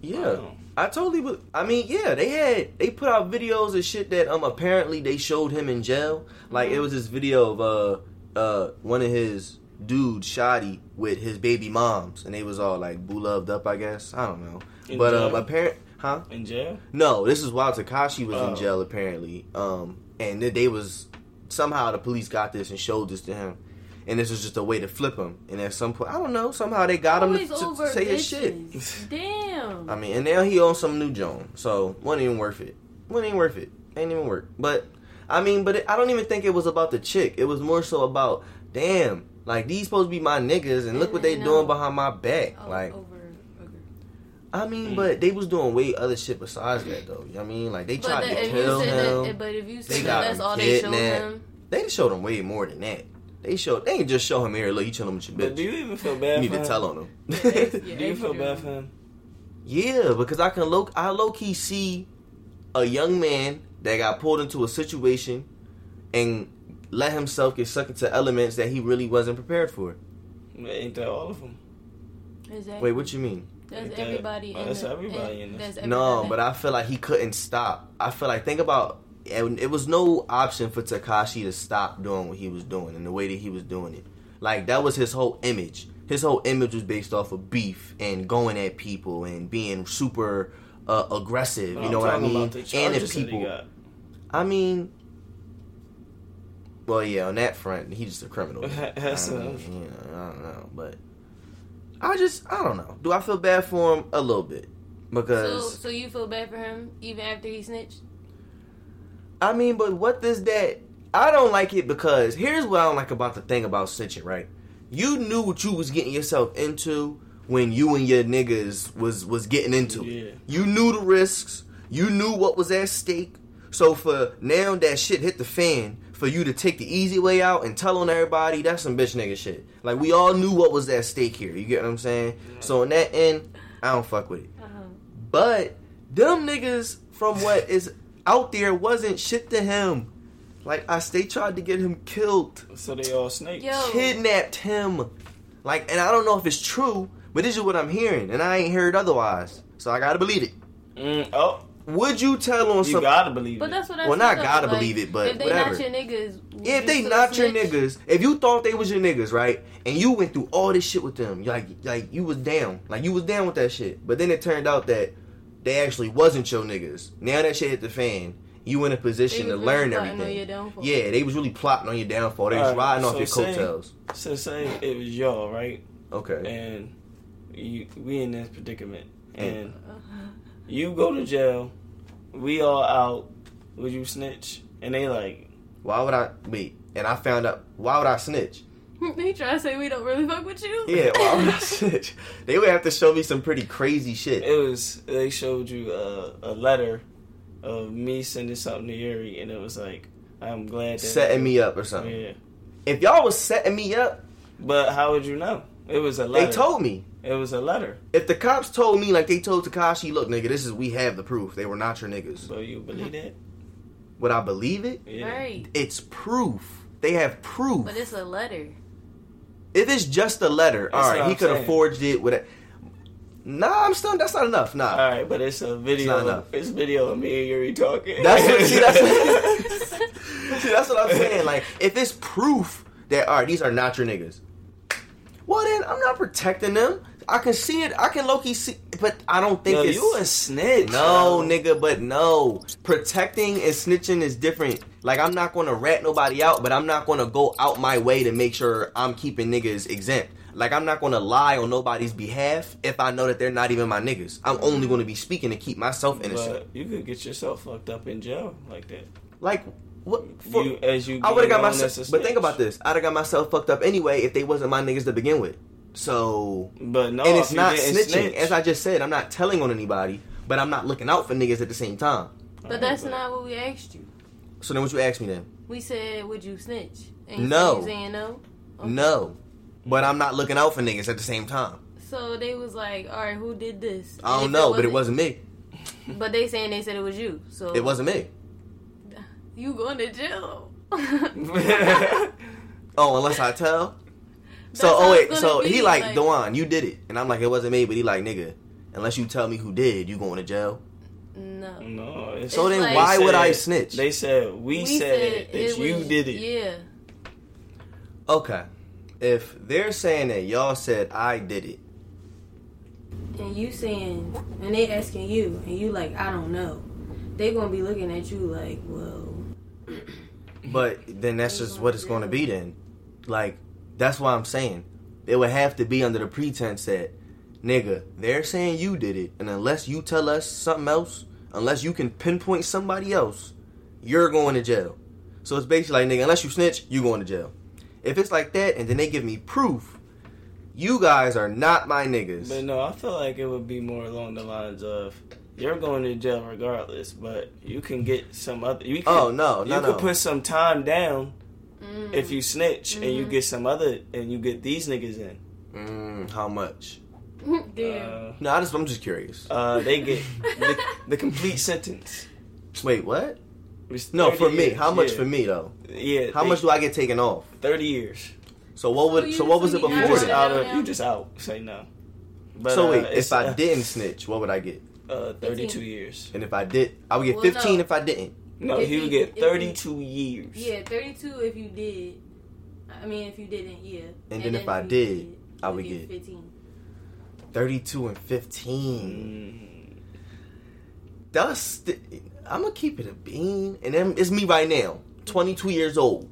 A: Yeah, I totally would. I mean, yeah, they had they put out videos and shit that um apparently they showed him in jail. Like
B: Mm-hmm.
A: it was this video of uh uh one of his dudes shoddy with his baby moms, and they was all like boo loved up, I guess. I don't know,
B: In
A: but um
B: jail?
A: apparent, huh?
B: Oh, In jail?
A: No, this is while Takashi was in
B: Oh.
A: jail apparently. Um, and then they was somehow the police got this and showed this to him, and this was just a way to flip him. And at some point, I don't know, somehow they got him to,
C: Always
A: to-
C: over
A: to say his shit.
C: bitches. <laughs> Damn.
A: I mean, and now he owns some new Joan, so wasn't even worth it. wasn't even worth it. Ain't even worth. But I mean, but it, I don't even think it was about the chick. It was more so about, damn, like these supposed to be my niggas, and look what they
C: No.
A: doing behind my back.
C: O-
A: like,
C: Oh, over. over.
A: I mean, but they was doing way other shit besides that though. You know what I mean, like they
C: But,
A: tried
C: the,
A: to
C: if you
A: kill
C: said
A: him.
C: that, but if you
A: They
C: said
A: got
C: that, that's
A: him
C: all they showed
A: kidnapped.
C: him.
A: They showed him way more than that. They showed. They ain't just show him here. Look, you chilling with your
B: But
A: bitch.
B: do you even feel
A: You
B: bad
A: need
B: for
A: to
B: him?
A: tell on him.
C: Yeah, yeah.
B: Do you feel bad for him?
A: Yeah, because I can low I low key see a young man that got pulled into a situation and let himself get sucked into elements that he really wasn't prepared for.
B: Ain't that all of them?
C: Exactly.
A: Wait, what you mean?
C: That's
B: Ain't that-
C: everybody.
B: oh,
C: in
B: that's
C: the-
B: everybody in this.
C: that's
A: No,
C: everybody.
A: but I feel like he couldn't stop. I feel like think about and it was no option for Takashi to stop doing what he was doing and the way that he was doing it. Like that was his whole image. His whole image was based off of beef and going at people and being super uh, aggressive.
B: But
A: you
B: I'm
A: know what I
B: talking
A: mean?
B: about the
A: And if
B: charges that he
A: people,
B: got.
A: I mean, well, yeah, on that front, he's just a
B: <laughs>
A: criminal.
B: That's
A: I mean,
B: enough.
A: you know, I don't know, but I just, I don't know. Do I feel bad for him a little bit?
C: So,
A: Because
C: so you feel bad for him even after he snitched?
A: I mean, but what does that? I don't like it because here's what I don't like about the thing about snitching, right? You knew what you was getting yourself into when you and your niggas was was getting into
B: Yeah.
A: it. You knew the risks. You knew what was at stake. So for now that shit hit the fan, for you to take the easy way out and tell on everybody, that's some bitch nigga shit. Like we all knew what was at stake here. You get what I'm saying? So on that end, I don't fuck with it.
C: Uh-huh.
A: But them niggas from what is out there wasn't shit to him. Like I they tried to get him killed,
B: So they all snakes.
C: Yo.
A: kidnapped him. Like and I don't know if it's true, but this is what I'm hearing, and I ain't heard otherwise. So I gotta believe it.
B: Mm, oh,
A: Would you tell on
B: you
A: some
B: gotta believe
C: But
B: it.
C: that's what I
A: Well,
C: said,
A: not
C: though,
A: gotta
C: like,
A: believe it, but
C: if they
A: whatever.
C: not your niggas, would
A: Yeah, if
C: you
A: they
C: still
A: not your
C: snitch?
A: niggas, if you thought they was your niggas, right? And you went through all this shit with them, you like like you was down, like you was down with that shit. But then it turned out that they actually wasn't your niggas. Now that shit hit the fan, you in a
C: They
A: position
C: was
A: to
C: really
A: learn
C: plotting on your
A: everything.
C: downfall. <laughs>
A: Yeah, they was really plotting on your downfall. They was
B: Alright,
A: riding off
B: so
A: your
B: say-
A: coattails.
B: So say it was y'all, right?
A: Okay.
B: And you, we in this predicament,
A: Mm.
B: and
C: Uh-huh.
B: you go to jail. We all out. Would you snitch? And they like,
A: Why would I wait? And I found out why would I snitch?
C: he trying to say we don't really fuck with you.
A: Yeah, why would
B: <laughs>
C: <laughs>
A: I snitch? They would have to show me some pretty crazy shit.
B: it was. They showed you a, a letter of me sending something to Yuri, and it was like, I'm glad that
A: Setting me up or something.
B: Yeah,
A: If y'all was setting me up,
B: but how would you know? It was a letter.
A: they told me.
B: It was a letter,
A: If the cops told me like they told Takashi, look, nigga, this is we have the proof. They were not your niggas.
B: so you believe that?
A: Would I believe it?
B: Yeah.
C: Right.
A: It's proof. They have proof.
C: But it's
A: <laughs>
C: a letter.
A: if it's just a letter,
B: That's
A: all
B: what
A: right, he
B: I'm
A: could have
B: saying.
A: forged it with. A, nah, I'm still. That's not enough. Nah.
B: All right, but it's a video.
A: not
B: It's,
A: enough.
B: video of me and Yuri talking.
A: That's what. see, that's
B: <laughs>
A: what, see, <laughs> that's what I'm saying. Like, if it's proof that all right, these are not your niggas. Well, then I'm not protecting them. I can see it. I can low key see, but I don't think
B: Yo,
A: it's
B: you a snitch?
A: No,
B: yo.
A: nigga, but no. Protecting and snitching is different. Like I'm not gonna rat nobody out, but I'm not gonna go out my way to make sure I'm keeping niggas exempt. Like I'm not gonna lie on nobody's behalf if I know that they're not even my niggas. I'm only gonna be speaking to keep myself innocent.
B: But you could get yourself fucked up in jail like that.
A: like what? For,
B: you, as you,
A: I would have
B: get
A: got
B: known as a
A: myself. But think
B: snitch.
A: about this. I'd have got myself fucked up anyway if they wasn't my niggas to begin with. So
B: But no,
A: and it's
B: Oh, if you
A: not
B: didn't
A: snitching.
B: Snitch,
A: As I just said, I'm not telling on anybody, but I'm not looking out for niggas at the same time.
C: But that's
B: <laughs>
C: not what we asked you.
A: So then, what you ask me then?
C: We said, would you snitch? And you
A: No.
C: said you saying no. Okay.
A: No. But I'm not looking out for niggas at the same time.
C: So they was like, all right, who did this?
A: I don't
C: And if
A: know, but it wasn't me.
C: But they saying they said it was you. So
A: It wasn't me.
C: You going
A: <laughs>
C: to jail? <laughs>
A: Oh, unless I
C: <laughs>
A: tell. so,
C: That's
A: oh
C: how it's
A: wait,
C: gonna
A: so he
C: be,
A: like,
C: like-
A: Dewan, you did it, and I'm like, it wasn't me, but he like, nigga, unless you tell me who did, you going to jail.
C: no.
B: no. It's,
A: So
C: It's
A: then,
C: like-
A: why
B: they
A: would I
B: said-
A: snitch?
B: They said we, said, it, that you
C: was-
B: did it.
C: Yeah.
A: okay, if they're saying that y'all said I did it,
C: and you saying and they asking you and you like i don't know they gonna be looking at you like well
A: but then that's just what it's going to be. Then, like, that's why I'm saying it would have to be under the pretense that, nigga, they're saying you did it, and unless you tell us something else, unless you can pinpoint somebody else, you're going to jail. So it's basically like, nigga, unless you snitch, you going to jail. If it's like that, and then they give me proof, you guys are not my niggas.
B: But no, I feel like it would be more along the lines of you're going to jail regardless, but you can get some other. You can,
A: oh no,
B: you
A: no,
B: can
A: no.
B: put some time down if you snitch and you
C: Mhm.
B: get some other and you get these niggas in.
A: Mm, how much?
C: mm. <laughs> Damn.
B: Uh,
A: No, I just, I'm just curious.
B: uh, they get the, the complete sentence.
A: Wait, what?
B: It's
A: No,
B: 30
A: for me,
B: years,
A: how much
B: yeah.
A: for me though?
B: Yeah,
A: How
B: they-
A: much do I get taken off?
B: Thirty years.
A: So what would?
C: So
A: So,
C: you-
A: what was
C: so
A: it
C: you
B: You
A: before
C: just
B: just
A: that?
B: out
C: Now,
B: of.
C: now,
B: You
C: now.
B: just out. Say no. But,
A: so
B: uh,
A: wait,
B: it's,
A: if I
B: uh,
A: didn't snitch, what would I get?
B: uh, thirty-two
C: Fifteen.
B: years.
A: And if I did, I would get
C: Well,
A: 15
C: no.
A: if I didn't.
B: No,
C: If
B: he
C: you-
B: would get
C: if you-
B: thirty-two years.
C: Yeah, 32 if you did. I mean, if you didn't, yeah.
A: And then if I
C: you
A: did, I
C: it'd
A: would
C: be
A: get
C: 15.
A: 32 and 15.
B: Mm.
A: That's st- I'm gonna keep it a bean, and then it's me right now, 22 years old.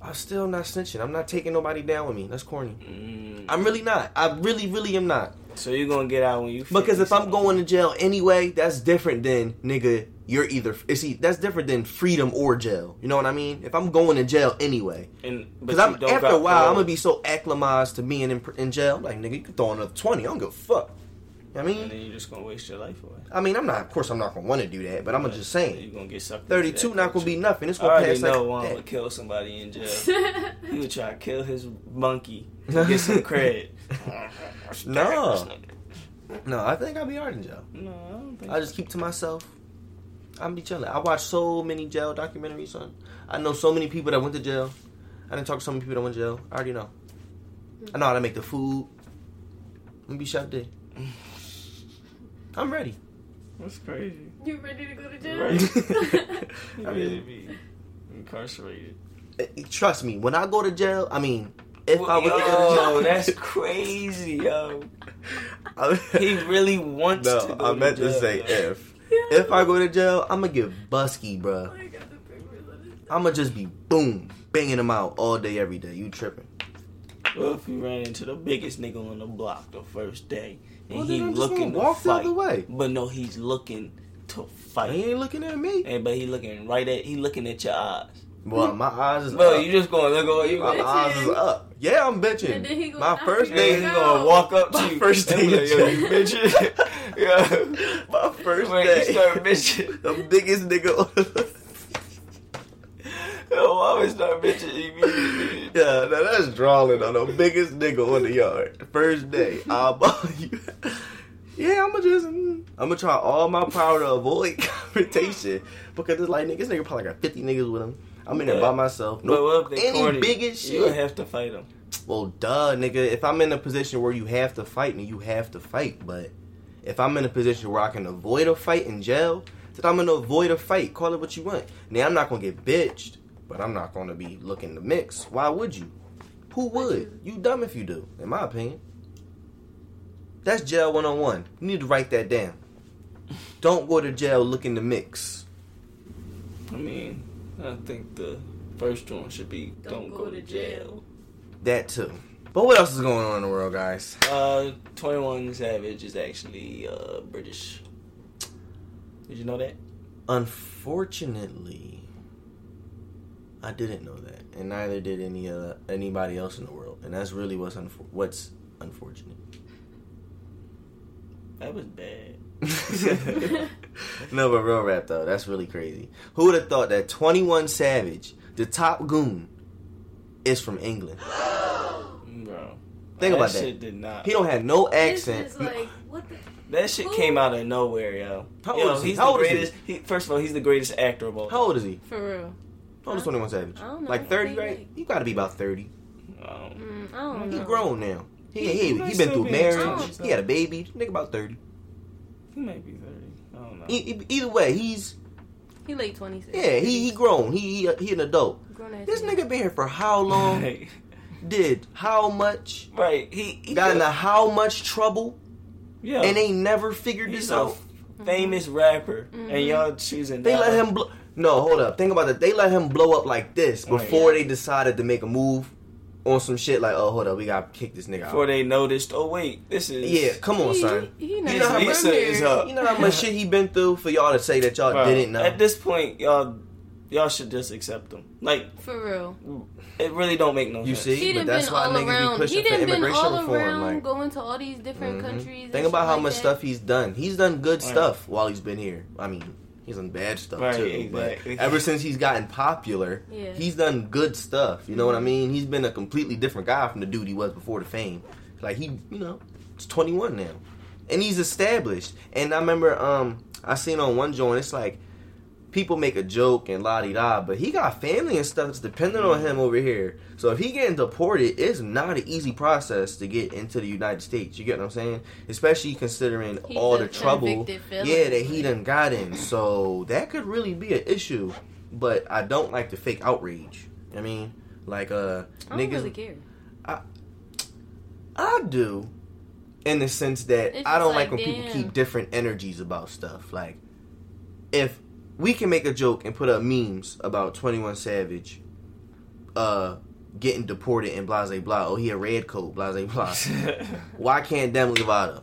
A: I'm still not snitching. I'm not taking nobody down with me. That's corny.
B: Mm.
A: I'm really not. I really, really am not.
B: So you're gonna get out when you
A: Because if I'm
B: 50.
A: going to jail anyway, that's different than nigga. You're either it's e that's different than freedom or jail. You know what I mean? If I'm going to jail anyway,
B: and but
A: because
B: you
A: I'm
B: don't
A: after a
B: got
A: while I'm
B: parole,
A: gonna be so acclimatized to being in, pr- in jail. I'm like nigga, you can throw another twenty. I don't give a fuck. You know what I mean,
B: and then you're just gonna waste your life away.
A: I mean, I'm not. Of course, I'm not gonna want to do that. But I'm just
B: you're
A: saying,
B: gonna get sucked. into
A: thirty-two
B: that
A: not gonna
B: culture.
A: be nothing. It's
B: I
A: gonna
B: already
A: pass like
B: know one would
A: that.
B: kill somebody in
C: <laughs>
B: jail. he would try to kill his
A: <laughs>
B: monkey, to get some <laughs> cred.
A: No. <laughs> No, I think I'll be hard in jail.
B: no, I don't think.
A: I just keep to myself. I'm be chilling. I watch so many jail documentaries, son. I know so many people that went to jail. I didn't talk to so many people that went to jail. I already know. I know how to make the food. I'm gonna be chef
B: <laughs>
A: day. I'm ready.
B: That's crazy.
C: You ready to go to jail?
A: Right.
B: You
A: I
B: really
A: mean,
B: be incarcerated.
A: eh, eh, trust me. When I go to jail, I mean, if I was
B: yo, <laughs>
A: to go to <laughs>
B: that's
A: jail,
B: crazy, yo.
A: I-
B: He really wants
A: No,
B: to go
A: I meant
B: to, jail,
A: to say
B: yo.
A: if. <laughs> If I
C: <laughs>
A: go to jail, I'm gonna get busky, bruh.
C: I got Oh the papers on it.
A: I'm gonna just be boom, banging them out all day, every day. You tripping?
B: Well, if you ran into the biggest nigga on the block the first day and
A: Well,
B: he
A: then I'm just
B: looking
A: gonna
B: to
A: walk the
B: fight,
A: other way.
B: but no, he's looking to
A: He
B: fight.
A: ain't looking at me.
B: Hey, but he looking right at he looking at your eyes.
A: Well, my eyes is
B: Bro,
A: up.
B: you just gonna look over you.
A: my
C: bitching.
A: eyes is up. Yeah, I'm bitching.
C: And then he gonna
A: my
C: knock
A: first
C: you
B: Nigga,
A: day,
B: he
C: down.
B: gonna walk up
A: My
B: to you.
A: first day
B: and be
A: in
B: like, Yo, you
A: jail.
B: bitching. yeah.
A: my first
B: When
A: day,
B: you start bitching, <laughs>
A: the biggest nigga. on-
B: yo, I would start bitching immediately.
A: <laughs> yeah, now that's drawing on the biggest nigga on the yard. First day, I'm you. Yeah, I'ma just mm, I'ma try all my power to avoid <laughs> confrontation because it's like nigga, this nigga probably got fifty niggas with him. I'm in there by
B: Yeah.
A: myself.
B: But
A: No,
B: what if they
A: any
B: corny?
A: big as
B: You
A: shit.
B: have to fight them.
A: well, duh, nigga. If I'm in a position where you have to fight me, you have to fight. But if I'm in a position where I can avoid a fight in jail, then I'm gonna avoid a fight. Call it what you want. Now I'm not gonna get bitched, but I'm not gonna be looking to mix. Why would you? Who would? You dumb if you do, in my opinion. That's jail 101. You need to write that down. Don't go to jail looking to mix.
B: I mean, I think the first one should be don't, go, to jail.
A: That too. But what else is going on in the world, guys?
B: Uh, 21 Savage is actually uh, British. Did you know that?
A: Unfortunately, I didn't know that, and neither did any uh, anybody else in the world, and that's really what's unfor- what's
B: <laughs>
A: unfortunate.
B: That was bad.
A: no, but real rap though, that's really crazy. Who would have thought that Twenty One Savage, the top goon, is from England?
B: Bro.
A: Think
B: that
A: about that.
B: shit did not.
A: He don't have no
C: This
A: accent.
C: is like, what the?
B: that shit came out of nowhere, yo.
A: How
B: yo,
A: old is he?
B: he's
A: How
B: the
A: old is he?
B: greatest. He? first of all, he's the greatest actor of all.
A: How old is he?
C: For real.
A: How old is Twenty One Savage?
C: I don't know.
A: Like thirty,
C: Maybe
A: right?
C: like-
A: You got to be about thirty.
B: Um,
C: Mm, I don't
A: He
C: know.
A: grown now. He
B: He-
A: he,
B: he
A: he,
B: might
A: been
B: still
A: through
B: be in
A: marriage.
C: college,
A: He had a baby. Nigga about thirty.
B: he might be 30. I don't know.
A: E- e- either way, he's
C: He late 26.
A: yeah. He he grown. He he, he an adult.
C: Grown ass
A: This
C: man.
A: nigga been here for how
B: <laughs>
A: long?
B: right.
A: did how much?
B: right. He, he
A: Got into how much trouble?
B: yeah.
A: And they never figured
B: he's
A: this
B: a
A: out.
B: famous rapper, and
C: Mhm.
B: y'all choosing.
A: They
B: that.
A: let him blow. No, hold up. Think about it. They let him blow up like this
B: Right.
A: before they decided to make a move on some shit like, oh, hold up, we gotta kick this nigga
B: Before
A: out.
B: they noticed, oh wait, this is
A: Yeah, come on,
C: he,
A: son.
C: He, he
A: You
C: not
A: know how
C: from
A: much
B: it is
C: here.
B: up.
A: You know how
B: <laughs>
A: much shit he been through for y'all to say that y'all
B: Bro,
A: didn't know.
B: At this point, y'all y'all should just accept them. Like
C: For real.
B: it really don't make no
A: You
B: sense. <laughs>
A: see,
C: He
A: but
C: done
A: that's
C: been
A: why
C: all
A: niggas be
C: around.
A: pushing
C: He
A: for
C: done been
A: immigration
C: all
A: reform.
C: around
A: like,
C: going to all these different
A: mhm.
C: countries. and
A: think about
C: shit
A: how
C: like
A: much
C: that.
A: stuff he's done. He's done good
B: Right.
A: stuff while he's been here. I mean, he's done bad stuff
B: Right,
A: too.
B: exactly.
A: But ever since he's gotten popular,
C: Yeah.
A: he's done good stuff. You know what I mean? He's been a completely different guy from the dude he was before the fame. Like he, you know, he's 21 now, and he's established. And I remember, um, I seen on one joint, it's like people make a joke and la di da, but he got family and stuff that's dependent on him over here. So if he getting deported, it's not an easy process to get into the United States. You get what I'm saying? Especially considering
C: He's
A: all
C: a
A: the trouble,
C: convicted felon.
A: yeah, that he done got in. So that could really be an issue. But I don't like the fake outrage. I mean, like uh,
C: I don't
A: niggas.
C: really care.
A: I do, in the sense that
C: It's
A: I don't
C: just
A: like,
C: like,
A: when people
C: damn.
A: keep different energies about stuff. Like, if we can make a joke and put up memes about Twenty One Savage, uh, getting deported and blah blah blah. Oh, he a red coat, blah blah
B: <laughs>
A: blah. Why can't Demi Lovato?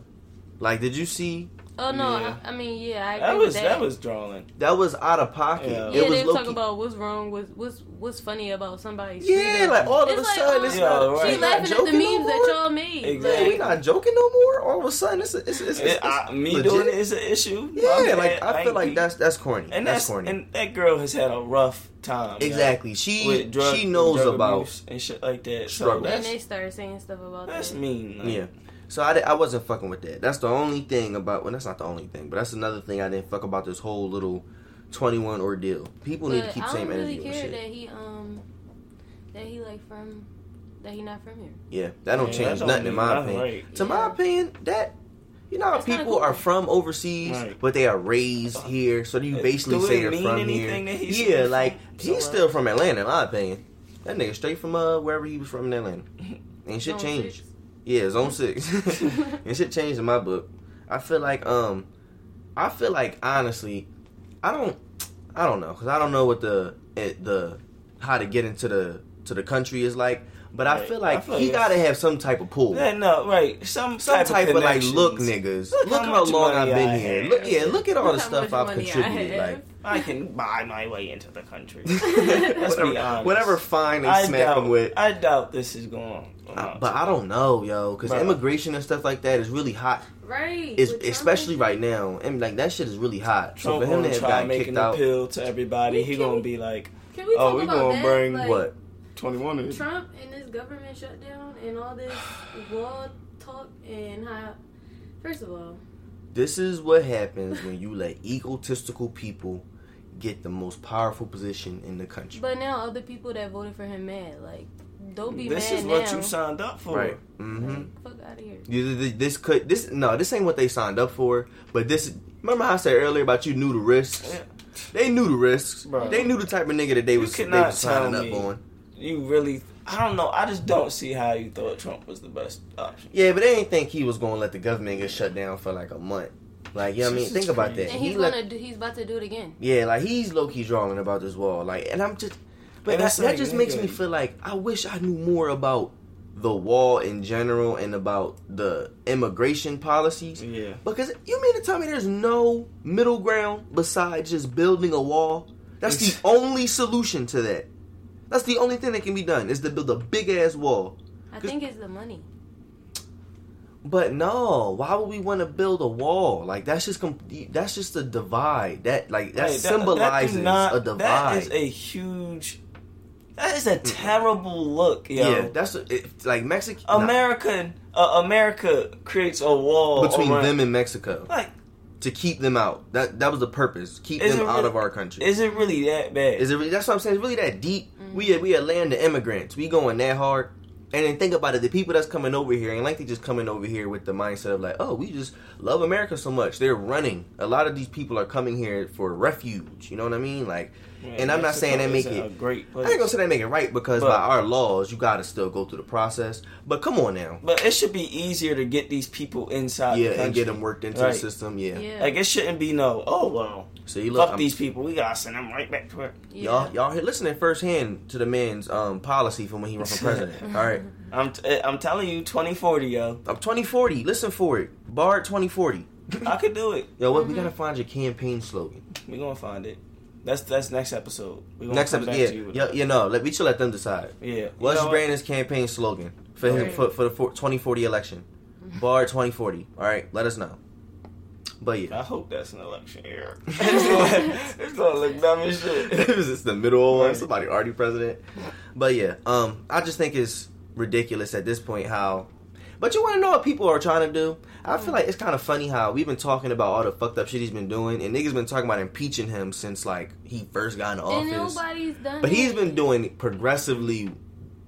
A: Like, did you see?
C: Oh no,
B: Yeah.
C: I, I mean yeah, I agree
B: that
C: with
B: was that was drawing.
A: That was out of pocket.
B: Yeah.
C: yeah,
A: it was
C: they was
A: low
C: talking about what's wrong with what's what's funny about somebody's
A: Yeah, like all of
C: It's
A: a
C: like,
A: sudden,
C: oh,
A: it's
B: Yeah,
A: not.
B: right.
A: we
C: She
A: not
C: laughing at the
A: joking
C: memes
A: no
C: that
A: more.
C: y'all made.
A: Yeah,
B: Exactly.
A: we not joking no more. All of a sudden, it's it's it's, it's,
B: It- I- me
A: legit.
B: doing it is an issue.
A: Yeah,
B: I'm
A: like
B: mad,
A: I feel like
B: angry.
A: that's that's corny.
B: and
A: that's,
B: that's,
A: corny.
B: and that girl has had a rough time. yo,
A: exactly. She
B: with drug-
A: she knows
B: drug
A: about
B: abuse and shit like that. So
A: struggle.
C: Like, and
B: that's
C: they started saying stuff about
B: that's
C: that.
B: mean. like,
A: yeah. So I, di- I wasn't fucking with that. That's the only thing about. Well, that's not the only thing, but that's another thing I didn't fuck about this whole little twenty one ordeal. People need to
C: But
A: keep
C: I
A: same
C: don't really
A: energy and
C: care
A: shit.
C: that he um that he like from that he not from here.
A: yeah, that don't
B: Yeah, that
A: change
B: don't
A: nothing in
B: mean
A: my
B: nothing,
A: opinion.
B: right.
A: To my
C: Yeah.
A: opinion, that you know how
C: That's not
A: people
C: cool.
A: are from overseas,
B: Right.
A: but they are raised here. So you
B: Uh,
A: basically
B: do
A: say
B: it
A: they're
B: mean
A: from
B: anything
A: here.
B: that he's
A: yeah,
B: from <laughs>
A: like he's
B: somewhere?
A: still from Atlanta, in my opinion. That nigga straight from uh wherever he was from in
C: <laughs>
A: Atlanta. Ain't shit
C: Zone
A: changed.
C: six.
A: Yeah, zone
C: <laughs>
A: six. <laughs> and shit changed in my book. I feel like um, I feel like honestly, I don't, I don't know, cause I don't know what the it, the how to get into the to the country is like. But I
B: Right.
A: feel like
B: I feel
A: he
B: you.
A: gotta have some type of pull,
B: Yeah, no, right. Some
A: some type of, like
B: connections.
A: look, niggas.
B: Look
A: Look,
B: how
A: how
B: much
A: long
B: money
A: I've been
B: I
A: here.
B: have.
A: Look, yeah, look at all
C: Look
A: the
C: how
A: stuff
C: much
A: I've
C: money I
A: contributed.
C: have. <laughs>
A: Like <laughs>
B: I can buy my way into the country. Let's be
A: whatever,
B: honest.
A: whatever fine they smack
B: doubt,
A: him with.
B: I doubt this is going. on.
A: I- but I don't know, yo, because
B: Bro.
A: immigration and stuff like that is really hot
C: Right.
A: is
C: with Trump
A: especially
C: and-
A: right now, and like that shit is really hot. So
B: Trump
A: for him to
B: gonna
A: have
B: try
A: gotten
B: making
A: kicked
B: an
A: out,
B: appeal to everybody. He
C: Can
B: gonna
C: we-
B: be like
C: Can we
B: Oh,
C: talk
B: we
C: about
B: gonna
C: that?
B: bring
C: like,
A: what?
B: twenty one is.
C: Trump and this government shutdown and
A: <sighs>
C: all this wall talk and how. First of all,
A: This is what happens when you let egotistical people get the most powerful position in the country.
C: but now other people that voted for him mad. Like, don't be
B: This
C: mad
B: is what
C: now.
B: you signed up for.
A: Right. Mm-hmm.
C: Like, fuck out of here.
A: You- th- th- This could this no, this ain't what they signed up for. But this remember how I said earlier about you knew the risks.
B: Yeah.
A: They knew the risks.
B: Bro.
A: They knew the type of nigga that they
B: You
A: was, they
B: cannot
A: was signing
B: tell
A: up
B: me.
A: on.
B: You really. I don't know. I just don't see how you thought Trump was the best option.
A: Yeah, but they didn't think he was gonna let the government get shut down for like a month. Like you know what I mean?
B: Jesus
A: Think about that.
B: Christ.
C: And he's
A: He let-
C: gonna do. He's about to do it again.
A: Yeah, like he's low key drawing about this wall. Like, and I'm just, but
B: And
A: that,
B: it's
A: that
B: like,
A: just makes me
B: nigga.
A: feel like I wish I knew more about the wall in general and about the immigration policies.
B: Yeah.
A: Because you mean to tell me there's no middle ground besides just building a wall? That's the only solution to that. That's the only thing that can be done is to build a big ass wall.
C: I
A: 'Cause-
C: think it's the money.
A: But no, why would we want to build a wall? Like that's just com- that's just a divide. That like that
B: Hey, do
A: symbolizes
B: not-
A: a divide.
B: That is a huge. That is a terrible look, yo.
A: Yeah, that's a, it, like Mexican
B: American uh, America creates a wall
A: between
B: around-
A: them and Mexico
B: Like,
A: to keep them out. That that was the purpose. Keep
B: Is
A: them
B: it
A: out
B: really-
A: of our country. Is,
B: is it really that bad?
A: it really? That's what I'm saying. It's really that deep.
C: Mm-hmm.
A: We a, we a land of immigrants. We going that hard. And then think about it. The people that's coming over here ain't like they just coming over here with the mindset of like, oh, we just love America so much. They're running. A lot of these people are coming here for refuge. You know what I mean? Like and I'm not
B: Mexico
A: saying that make
B: is a
A: it.
B: great
A: I
B: place.
A: ain't gonna say that make it right because
B: But-
A: by our laws, you gotta still go through the process. But come on now,
B: But it should be easier to get these people inside.
A: yeah,
B: the
A: and get them
B: country.
A: worked into
B: Right.
A: the system. Yeah.
C: Yeah.
B: Like it shouldn't be no. Oh well,
A: So you look,
B: fuck
A: I'm-
B: these people. We gotta send them right back to work.
C: Yeah.
A: y'all, y'all here listening firsthand to the man's um, policy from when he ran
B: <laughs>
A: for president. All right,
B: I'm t- I'm telling you, 2040, yo,
A: I'm 2040. Listen for it, Bard 2040.
B: <laughs> I Mhm. could do it.
A: Yo, what? We gotta find your campaign slogan.
B: We gonna find it. That's that's next episode. We gonna
A: Next
B: come
A: episode,
B: back
A: yeah,
B: to you with
A: yeah, you know, let we should let them decide.
B: yeah. You
A: What's
B: know what?
A: Brandon's campaign slogan for his,
C: Right.
A: for, for the four- 2040
B: <laughs>
A: election? Bar 2040. All right, let us know. But yeah,
B: I hope that's an election
A: <laughs>
B: year. it's, gonna, it's gonna look dumb as
A: it
B: shit.
A: was just the middle one.
B: Right.
A: Somebody already president. But yeah, um, I just think it's ridiculous at this point how. But you want to know what people are trying to do? I
C: Mm.
A: feel like it's kind of funny how we've been talking about all the fucked up shit he's been doing, and niggas been talking about impeaching him since like he first got into
C: And
A: office.
C: nobody's done.
A: But he's
C: it.
A: been doing progressively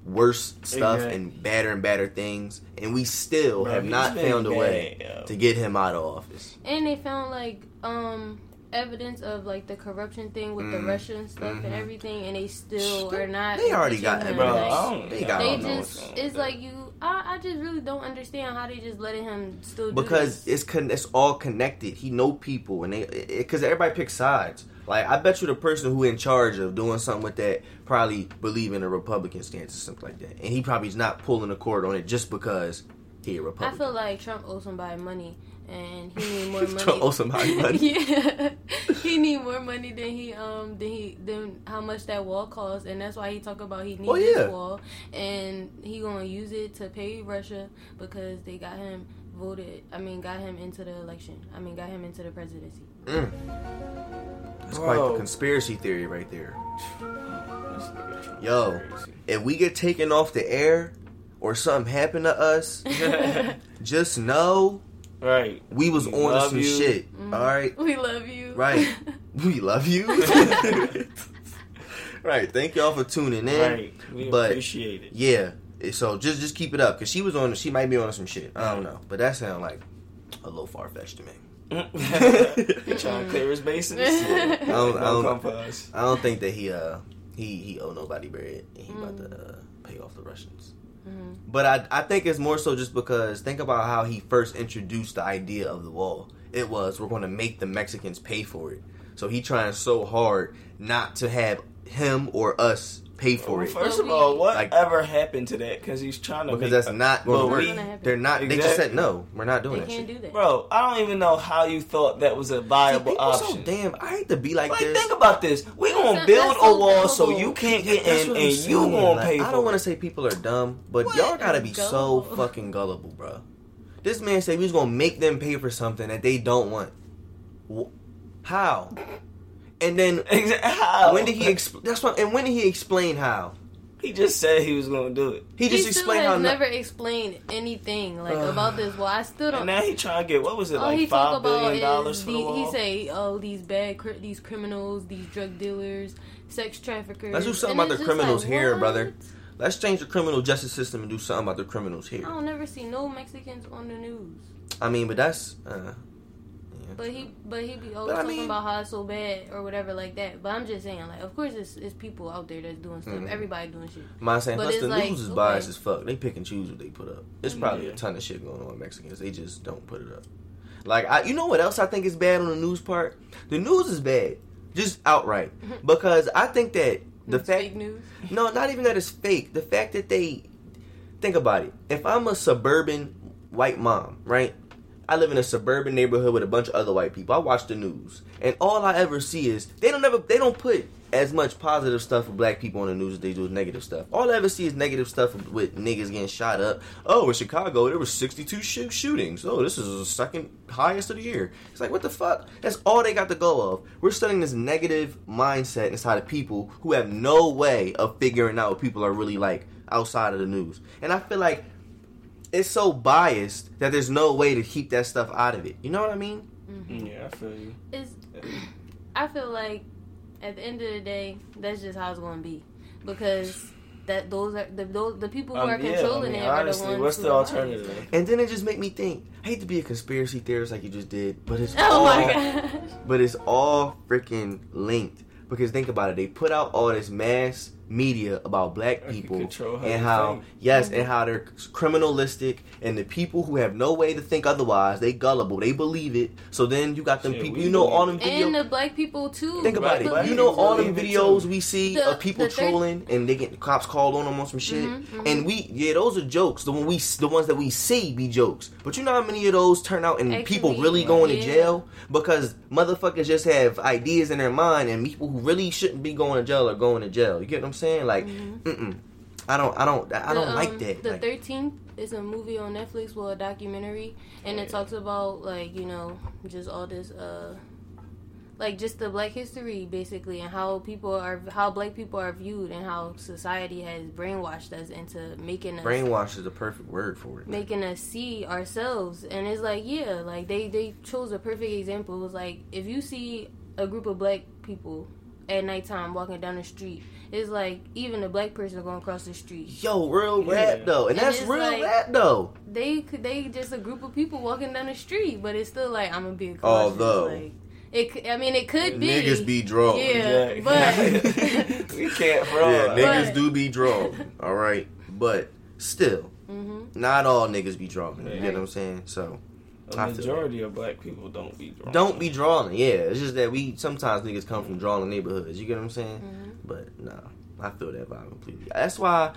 A: worse stuff
B: Exactly.
A: and badder and badder things, and we still have not found a way to get him out of office.
C: And they found like um evidence of like the corruption thing with
B: Mm.
A: Mhm.
C: the Russian stuff
A: Mhm.
B: Mm-hmm.
C: and everything, and they still are not.
A: They already got
C: impeaching him.
B: Bro,
C: Like,
B: I don't,
A: They
B: yeah,
A: got-
B: I
C: they
B: don't know what's
C: just
B: wrong with
C: it's
B: that.
C: like you. I, I just really don't understand how they just letting him still do
A: Because
C: this.
A: it's con- it's all connected. He know people, and they because everybody picks sides. Like I bet you the person who in charge of doing something with that probably believe in a Republican stance or something like that, and he probably's not pulling the cord on it just because he a
C: I
A: Republican.
C: feel like Trump owes somebody money, and
A: <laughs>
C: he need more money.
A: Trump owe
C: <laughs>
A: somebody money.
C: yeah, he need more money than he um than he than how much that wall costs, and that's why he talk about he needs
A: Oh, yeah.
C: this wall, and he gonna use it to pay Russia because they got him voted. I mean, got him into the election. I mean, got him into
A: <laughs>
C: the presidency. <laughs>
A: Mm. That's quite the
B: Whoa.
A: conspiracy theory right there.
B: This nigga Trump
A: Yo.
B: is crazy.
A: if we get taken off the air or something happened to
C: <laughs>
A: us,
C: Mm-hmm.
A: just know
B: right.
A: we was
B: We
A: on to
B: love
A: some
B: you.
A: shit.
C: Mhm.
A: All right, <laughs>
C: we love you. <laughs>
A: Right. we love
B: <laughs>
A: you. <laughs> right, thank y'all for tuning in.
B: Right. We
A: but-
B: appreciate it. <laughs>
A: Yeah, eh, so just just keep it up because she was on. She might be on to some shit. I don't know, but that sound like a little far fetched to me.
B: Trying to clear his bases.
C: I
A: <laughs> I don't, I
B: Don't come
A: don't,
B: for us.
A: I don't think that he uh he he owe nobody bread and he about
C: Mm.
A: to uh, pay off the Russians.
C: Mhm.
A: But I, I think it's more so just because think about how he first introduced the idea of the wall. It was we're going to make the Mexicans pay for it. So he trying so hard not to have him or us pay for
B: Well,
A: it
B: First
C: But
B: of
C: we-
B: all,
A: Like-
B: whatever happened to that? Because he's trying to
A: because
B: make
A: that's not
B: but
A: going
B: we-
A: to
C: Gonna
A: work.
C: happen.
A: They're not. They just said
B: Exactly.
A: no. We're not doing
C: They
A: that
C: can't
A: shit.
C: do that.
B: Bro, I don't even know how you thought that was a
A: See,
B: viable
A: people so
B: option.
A: damn. I hate to be like,
B: like,
A: this.
B: think about this. We
C: That's
B: gonna
C: not-
B: build
C: that's
B: a
C: so
B: wall so
C: gullible.
B: you can't get
A: That's
B: in,
A: what I'm
B: and you
A: saying.
B: gonna
A: Like,
B: pay for
A: I don't want
B: it. <laughs>
A: to say people are dumb, but
C: What?
A: y'all gotta be so
C: Gullible.
A: fucking gullible, bro. This man said we was gonna make them pay for something that they don't want. Wh- How? And then
B: Exa- how?
A: when did he? Exp- that's what. And when did he explain how?
B: He just said he was gonna do it,
A: He just
C: he still
A: explained
C: has
A: how. no-
C: never explained anything like
A: Ugh. <sighs>
C: about this wall. I still don't.
B: and now he trying to get what was it
C: All Oh, he
B: like
C: talk
B: five
C: about
B: billion
C: is
B: dollars for
C: the,
B: the wall?
C: he say, "Oh, these bad, cr- these criminals, these drug dealers, sex traffickers."
A: Let's do something
C: And
A: about
C: it's
A: the
C: just
A: criminals here, brother.
C: what?
A: Let's change the criminal justice system and do something about the criminals
C: I
A: here.
C: don't never see no Mexicans on the news,
A: I mean, but that's. Uh, yeah.
C: but he, but he be
A: But
C: always
A: I
C: talking
A: mean-
C: about how it's so bad or whatever like that. But I'm just saying, like, of course, it's, it's people out there that's doing stuff.
B: Mm-hmm.
A: Mhm.
C: Everybody doing shit.
A: Mind saying,
C: But
A: plus
C: it's
A: the
C: like,
A: news is
C: okay. Mm-hmm.
A: biased as fuck. They pick and choose what they put up. There's probably
B: Yeah.
A: a ton of shit going on with Mexicans. They just don't put it up. Like, I, you know what else I think is bad on the news part? The news is bad, just outright, because I think that the
C: Mm-hmm. It's
A: fact
C: fake news.
A: no, not even that it's fake. The fact that they think about it. If I'm a suburban white mom, right? I live in a suburban neighborhood with a bunch of other white people. I watch the news, and all I ever see is they don't ever they don't put as much positive stuff for black people on the news as they do negative stuff. All I ever see is negative stuff with niggas getting shot up. Oh, in Chicago there were 62 shoo- shootings. Oh, this is the second highest of the year. It's like what the fuck? That's all they got to go of. We're studying this negative mindset inside of people who have no way of figuring out what people are really like outside of the news. And I feel like it's so biased that there's no way to keep that stuff out of it. You know what I mean? Mm,
B: yeah, I feel you. <clears throat>
C: It's, I feel like at the end of the day, that's just how it's going to be because that those are the those, the people who
B: Um,
C: are
B: yeah, I
C: controlling
B: mean,
C: it
B: honestly,
C: are the ones
B: what's
C: who
B: the
C: are
B: alternative?
C: biased.
A: And then it just made me think. I hate to be a conspiracy theorist like you just did, but it's
C: <laughs>
A: all,
C: Oh my gosh.
A: but it's all freaking linked. Because think about it, they put out all this mass media about
B: <laughs>
A: black
B: Or you
A: people
B: control how you
A: and how
B: think.
A: yes, and how they're criminalistic and the people who have no way to think otherwise, they gullible, they believe it. So then you got them
B: Shit,
A: people,
B: we
A: you know,
B: believe
A: all them
B: it.
A: video.
C: And the black people too.
A: Think about
B: Right,
A: it.
B: black
A: You know
B: people
A: all them
B: believe it
A: videos
B: too.
A: we see
C: The-
A: of people
C: the thir-
A: trolling and they get cops called on them on some shit.
C: Mhm, mhm.
A: And we yeah, those are jokes. The one we the ones that we see be jokes. But you know how many of those turn out and people
C: Actually,
A: really going to
C: yeah.
A: jail because motherfuckers just have ideas in their mind and people who really shouldn't be going to jail are going to jail. You get what I'm saying? Like, mm-mm. I don't, I don't, I don't
C: Mm-hmm. The,
A: like
C: um,
A: that.
C: The
A: Like,
C: Thirteenth is a movie on Netflix, well, a documentary, and it talks about like you know just all this, uh, like just the Black history basically, and how people are, how Black people are viewed, and how society has brainwashed us into making us
A: brainwash is the perfect word for it.
C: making us see ourselves and it's like yeah like they they chose a perfect example it was like if you see a group of black people at nighttime walking down the street it's like even a black person going across the street
A: Yo, real rap
B: Yeah.
A: though, and
C: And
A: that's
C: it's
A: real
C: like-
A: rap though.
C: they could they just a group of people walking down the street but it's still like i'm gonna be a cautious,
A: Although-
C: like, it c- i mean it could be
A: Niggas be drawn.
C: Yeah, but-
B: <laughs>
A: <laughs>
B: we can't fraud.
A: Yeah, niggas
C: But-
A: do be drawn. All right, but still,
C: Mhm.
A: not all niggas be drawn. You
B: Right.
A: get what I'm saying? So I
B: A
A: feel
B: majority of black people don't be drawn.
A: don't be drawn. Yeah, it's just that we sometimes niggas come from drawn neighborhoods. You get what I'm saying?
C: mm-hmm.
A: But nah, I feel that vibe completely. That's why,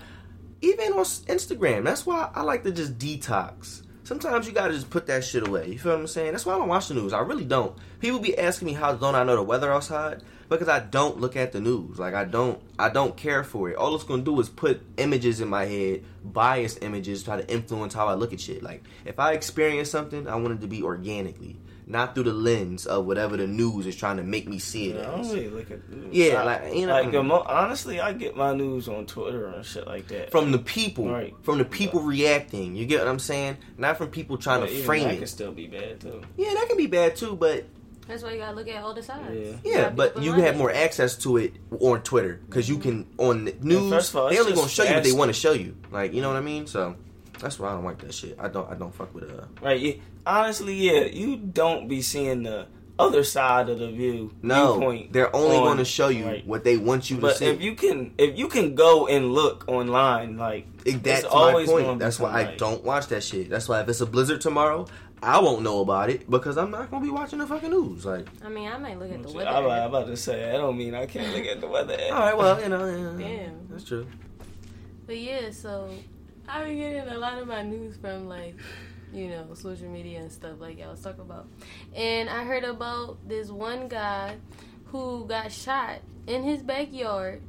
A: even on s- Instagram, that's why I like to just detox. Sometimes you gotta just put that shit away. You feel what I'm saying? That's why I don't watch the news. I really don't. People be asking me how don't I know the weather outside because I don't look at the news. Like I don't, I don't care for it. All it's gonna do is put images in my head, biased images, try to influence how I look at shit. Like if I experience something, I want it to be organically, not through the lens of whatever the news is trying to make me see it
B: Yeah, I
A: as.
B: don't really look at the news.
A: Yeah,
B: I-
A: like, you know- mm.
B: like, the mo- honestly, I get my news on Twitter and shit like that.
A: from the people,
B: Right.
A: from the people reacting. You get what I'm saying? Not from people trying
B: But
A: to
B: even
A: frame
B: that
A: it.
B: can still be bad too.
A: yeah, that can be bad too, but
C: that's why you gotta look at all the sides
B: Yeah.
A: yeah, but you have more access to it on Twitter because you can on the news.
B: first of all,
A: they
B: it's
A: only gonna
B: just
A: show you what they
B: faster.
A: want to show you. Like you know what I mean? So that's why I don't like that shit. I don't. I don't fuck with uh.
B: Right? Yeah. Honestly, yeah, you don't be seeing the other side of the view.
A: No,
B: viewpoint
A: they're only
B: on-
A: going to show you
B: right.
A: what they want you to
B: But
A: see.
B: if you can, if you can go and look online, like
A: It-
B: it's
A: that's my
B: gonna
A: point.
B: be
A: That's why I
B: sunlight.
A: don't watch that shit. That's why if it's a blizzard tomorrow, I won't know about it because I'm not gonna be watching the fucking news. Like,
C: i mean i might look at the
B: I'm
C: weather
B: about- about to say, I don't mean I can't look at the weather.
A: <laughs> all right, well, you know, yeah,
C: Damn.
A: that's true.
C: But yeah, so I've been getting a lot of my news from like, you know, social media and stuff like y'all was talking about. And I heard about this one guy who got shot in his backyard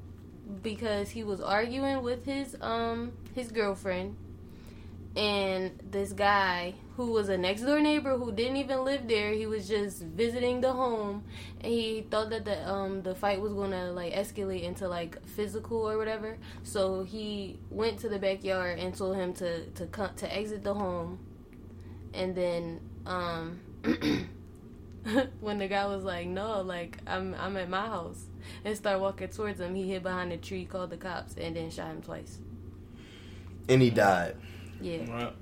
C: because he was arguing with his um his girlfriend and this guy who was a next door neighbor who didn't even live there he was just visiting the home and he thought that the um the fight was gonna like escalate into like physical or whatever so he went to the backyard and told him to to come to exit the home and then um <clears throat> when the guy was like no like i'm i'm at my house and started walking towards him he hid behind a tree called the cops and then shot him twice
A: And he died.
C: yeah
B: Right.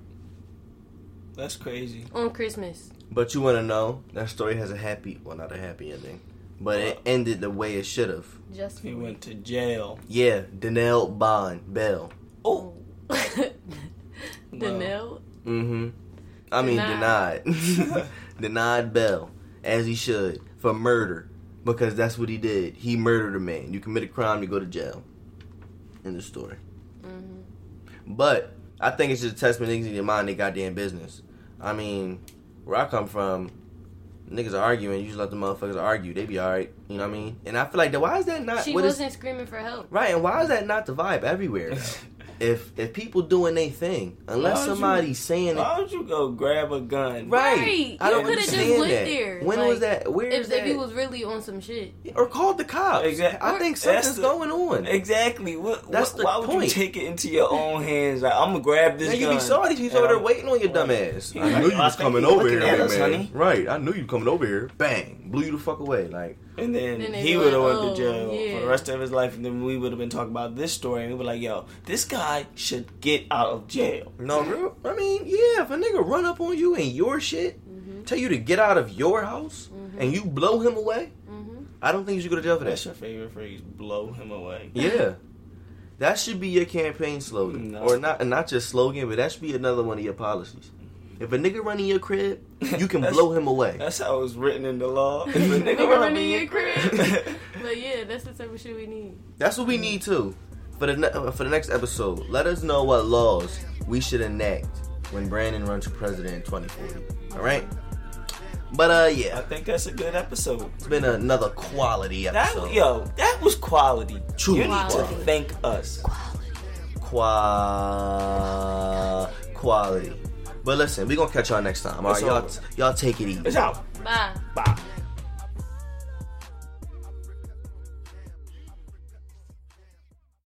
B: That's crazy.
C: on christmas
A: But you want to know that story has a happy, well, not a happy ending, but it ended the way it should have.
C: just
B: He
C: for-
B: went to jail.
A: Yeah, Danelle Bond Bell.
B: <laughs> Oh,
C: <laughs> Danelle.
A: Mm-hmm. I mean denied,
C: Denied.
B: <laughs>
A: denied, Bell as he should for murder because that's what he did. He murdered a man. You commit a crime, you go to jail. End of story.
C: Mhm.
A: But I think it's just a testament to niggas need to mind their goddamn business. I mean, where I come from, niggas are arguing. You just let the motherfuckers argue. They be all right. You know what I mean? And I feel like that. Why is that not?
C: She
A: what is-
C: wasn't screaming for help.
A: right. And why is that not the vibe everywhere?
C: <laughs>
A: though? if if people doing their thing, unless
B: Why would you-
A: somebody's saying it.
B: why would you go grab a
A: Right.
B: gun?
C: Right.
A: I
C: You
A: don't
C: coulda just
A: understand
C: went
A: that.
C: there.
A: When
C: Like,
A: was that? Where is
C: If, if
A: that?
C: he was really on some shit.
A: or called the cops.
B: Exact-
A: I
B: or-
A: think
B: that's
A: something's
B: the-
A: going on.
B: Exactly. What?
A: That's
B: what-
A: the
B: why would
A: point.
B: you take it into your own hands? Like I'm gonna grab this
A: Now you
B: gun.
A: be sorry these people
B: and
A: over there
B: I'm-
A: waiting on your dumb
B: Right.
A: ass.
B: I knew you was coming over here, big man.
A: Right, I knew you coming over here. Bang, blew you the fuck away. Like,
B: And then,
C: Then they
B: he
C: were
B: would have
C: like,
B: went to
C: "Oh,
B: jail for
C: yeah."
B: the rest of his life, and then we would have been talking about this story, and we were like, "Yo, this guy should get out of jail."
A: no, real- I mean, yeah, if a nigga run up on Mm-hmm.
B: Mm-hmm.
A: you and your shit, tell you to get out of your house, and you blow him away,
C: hmm
A: I don't think you should go to jail for
B: That's
A: that.
B: your favorite phrase. Blow him away.
A: Yeah. That should be your campaign slogan.
B: No.
A: Or not and not your slogan, but that should be another one of your policies. If a nigga run in your crib, you can
B: That's-
A: blow him away.
B: That's how it's written in
A: <laughs>
B: the law. If a
C: Nigga
B: nigga
C: run
B: running
C: in your crib.
B: crib.
C: But yeah, that's the type of shit we need.
A: That's
B: Mm.
A: what we need too. For the ne- for the next episode, let us know what laws we should enact when Brandon runs for president in 2040. All right. But uh,
B: <laughs> I
A: yeah,
B: think that's a good episode.
A: it's been another quality
B: That
A: episode.
B: yo, that was quality.
A: True
B: you need
C: quality.
B: to thank us.
A: Qua- quality. But listen, we gonna catch y'all next time. All right,
B: It's
A: y'all
B: over.
A: y'all take it easy.
B: It's out.
C: Bye.
B: Bye.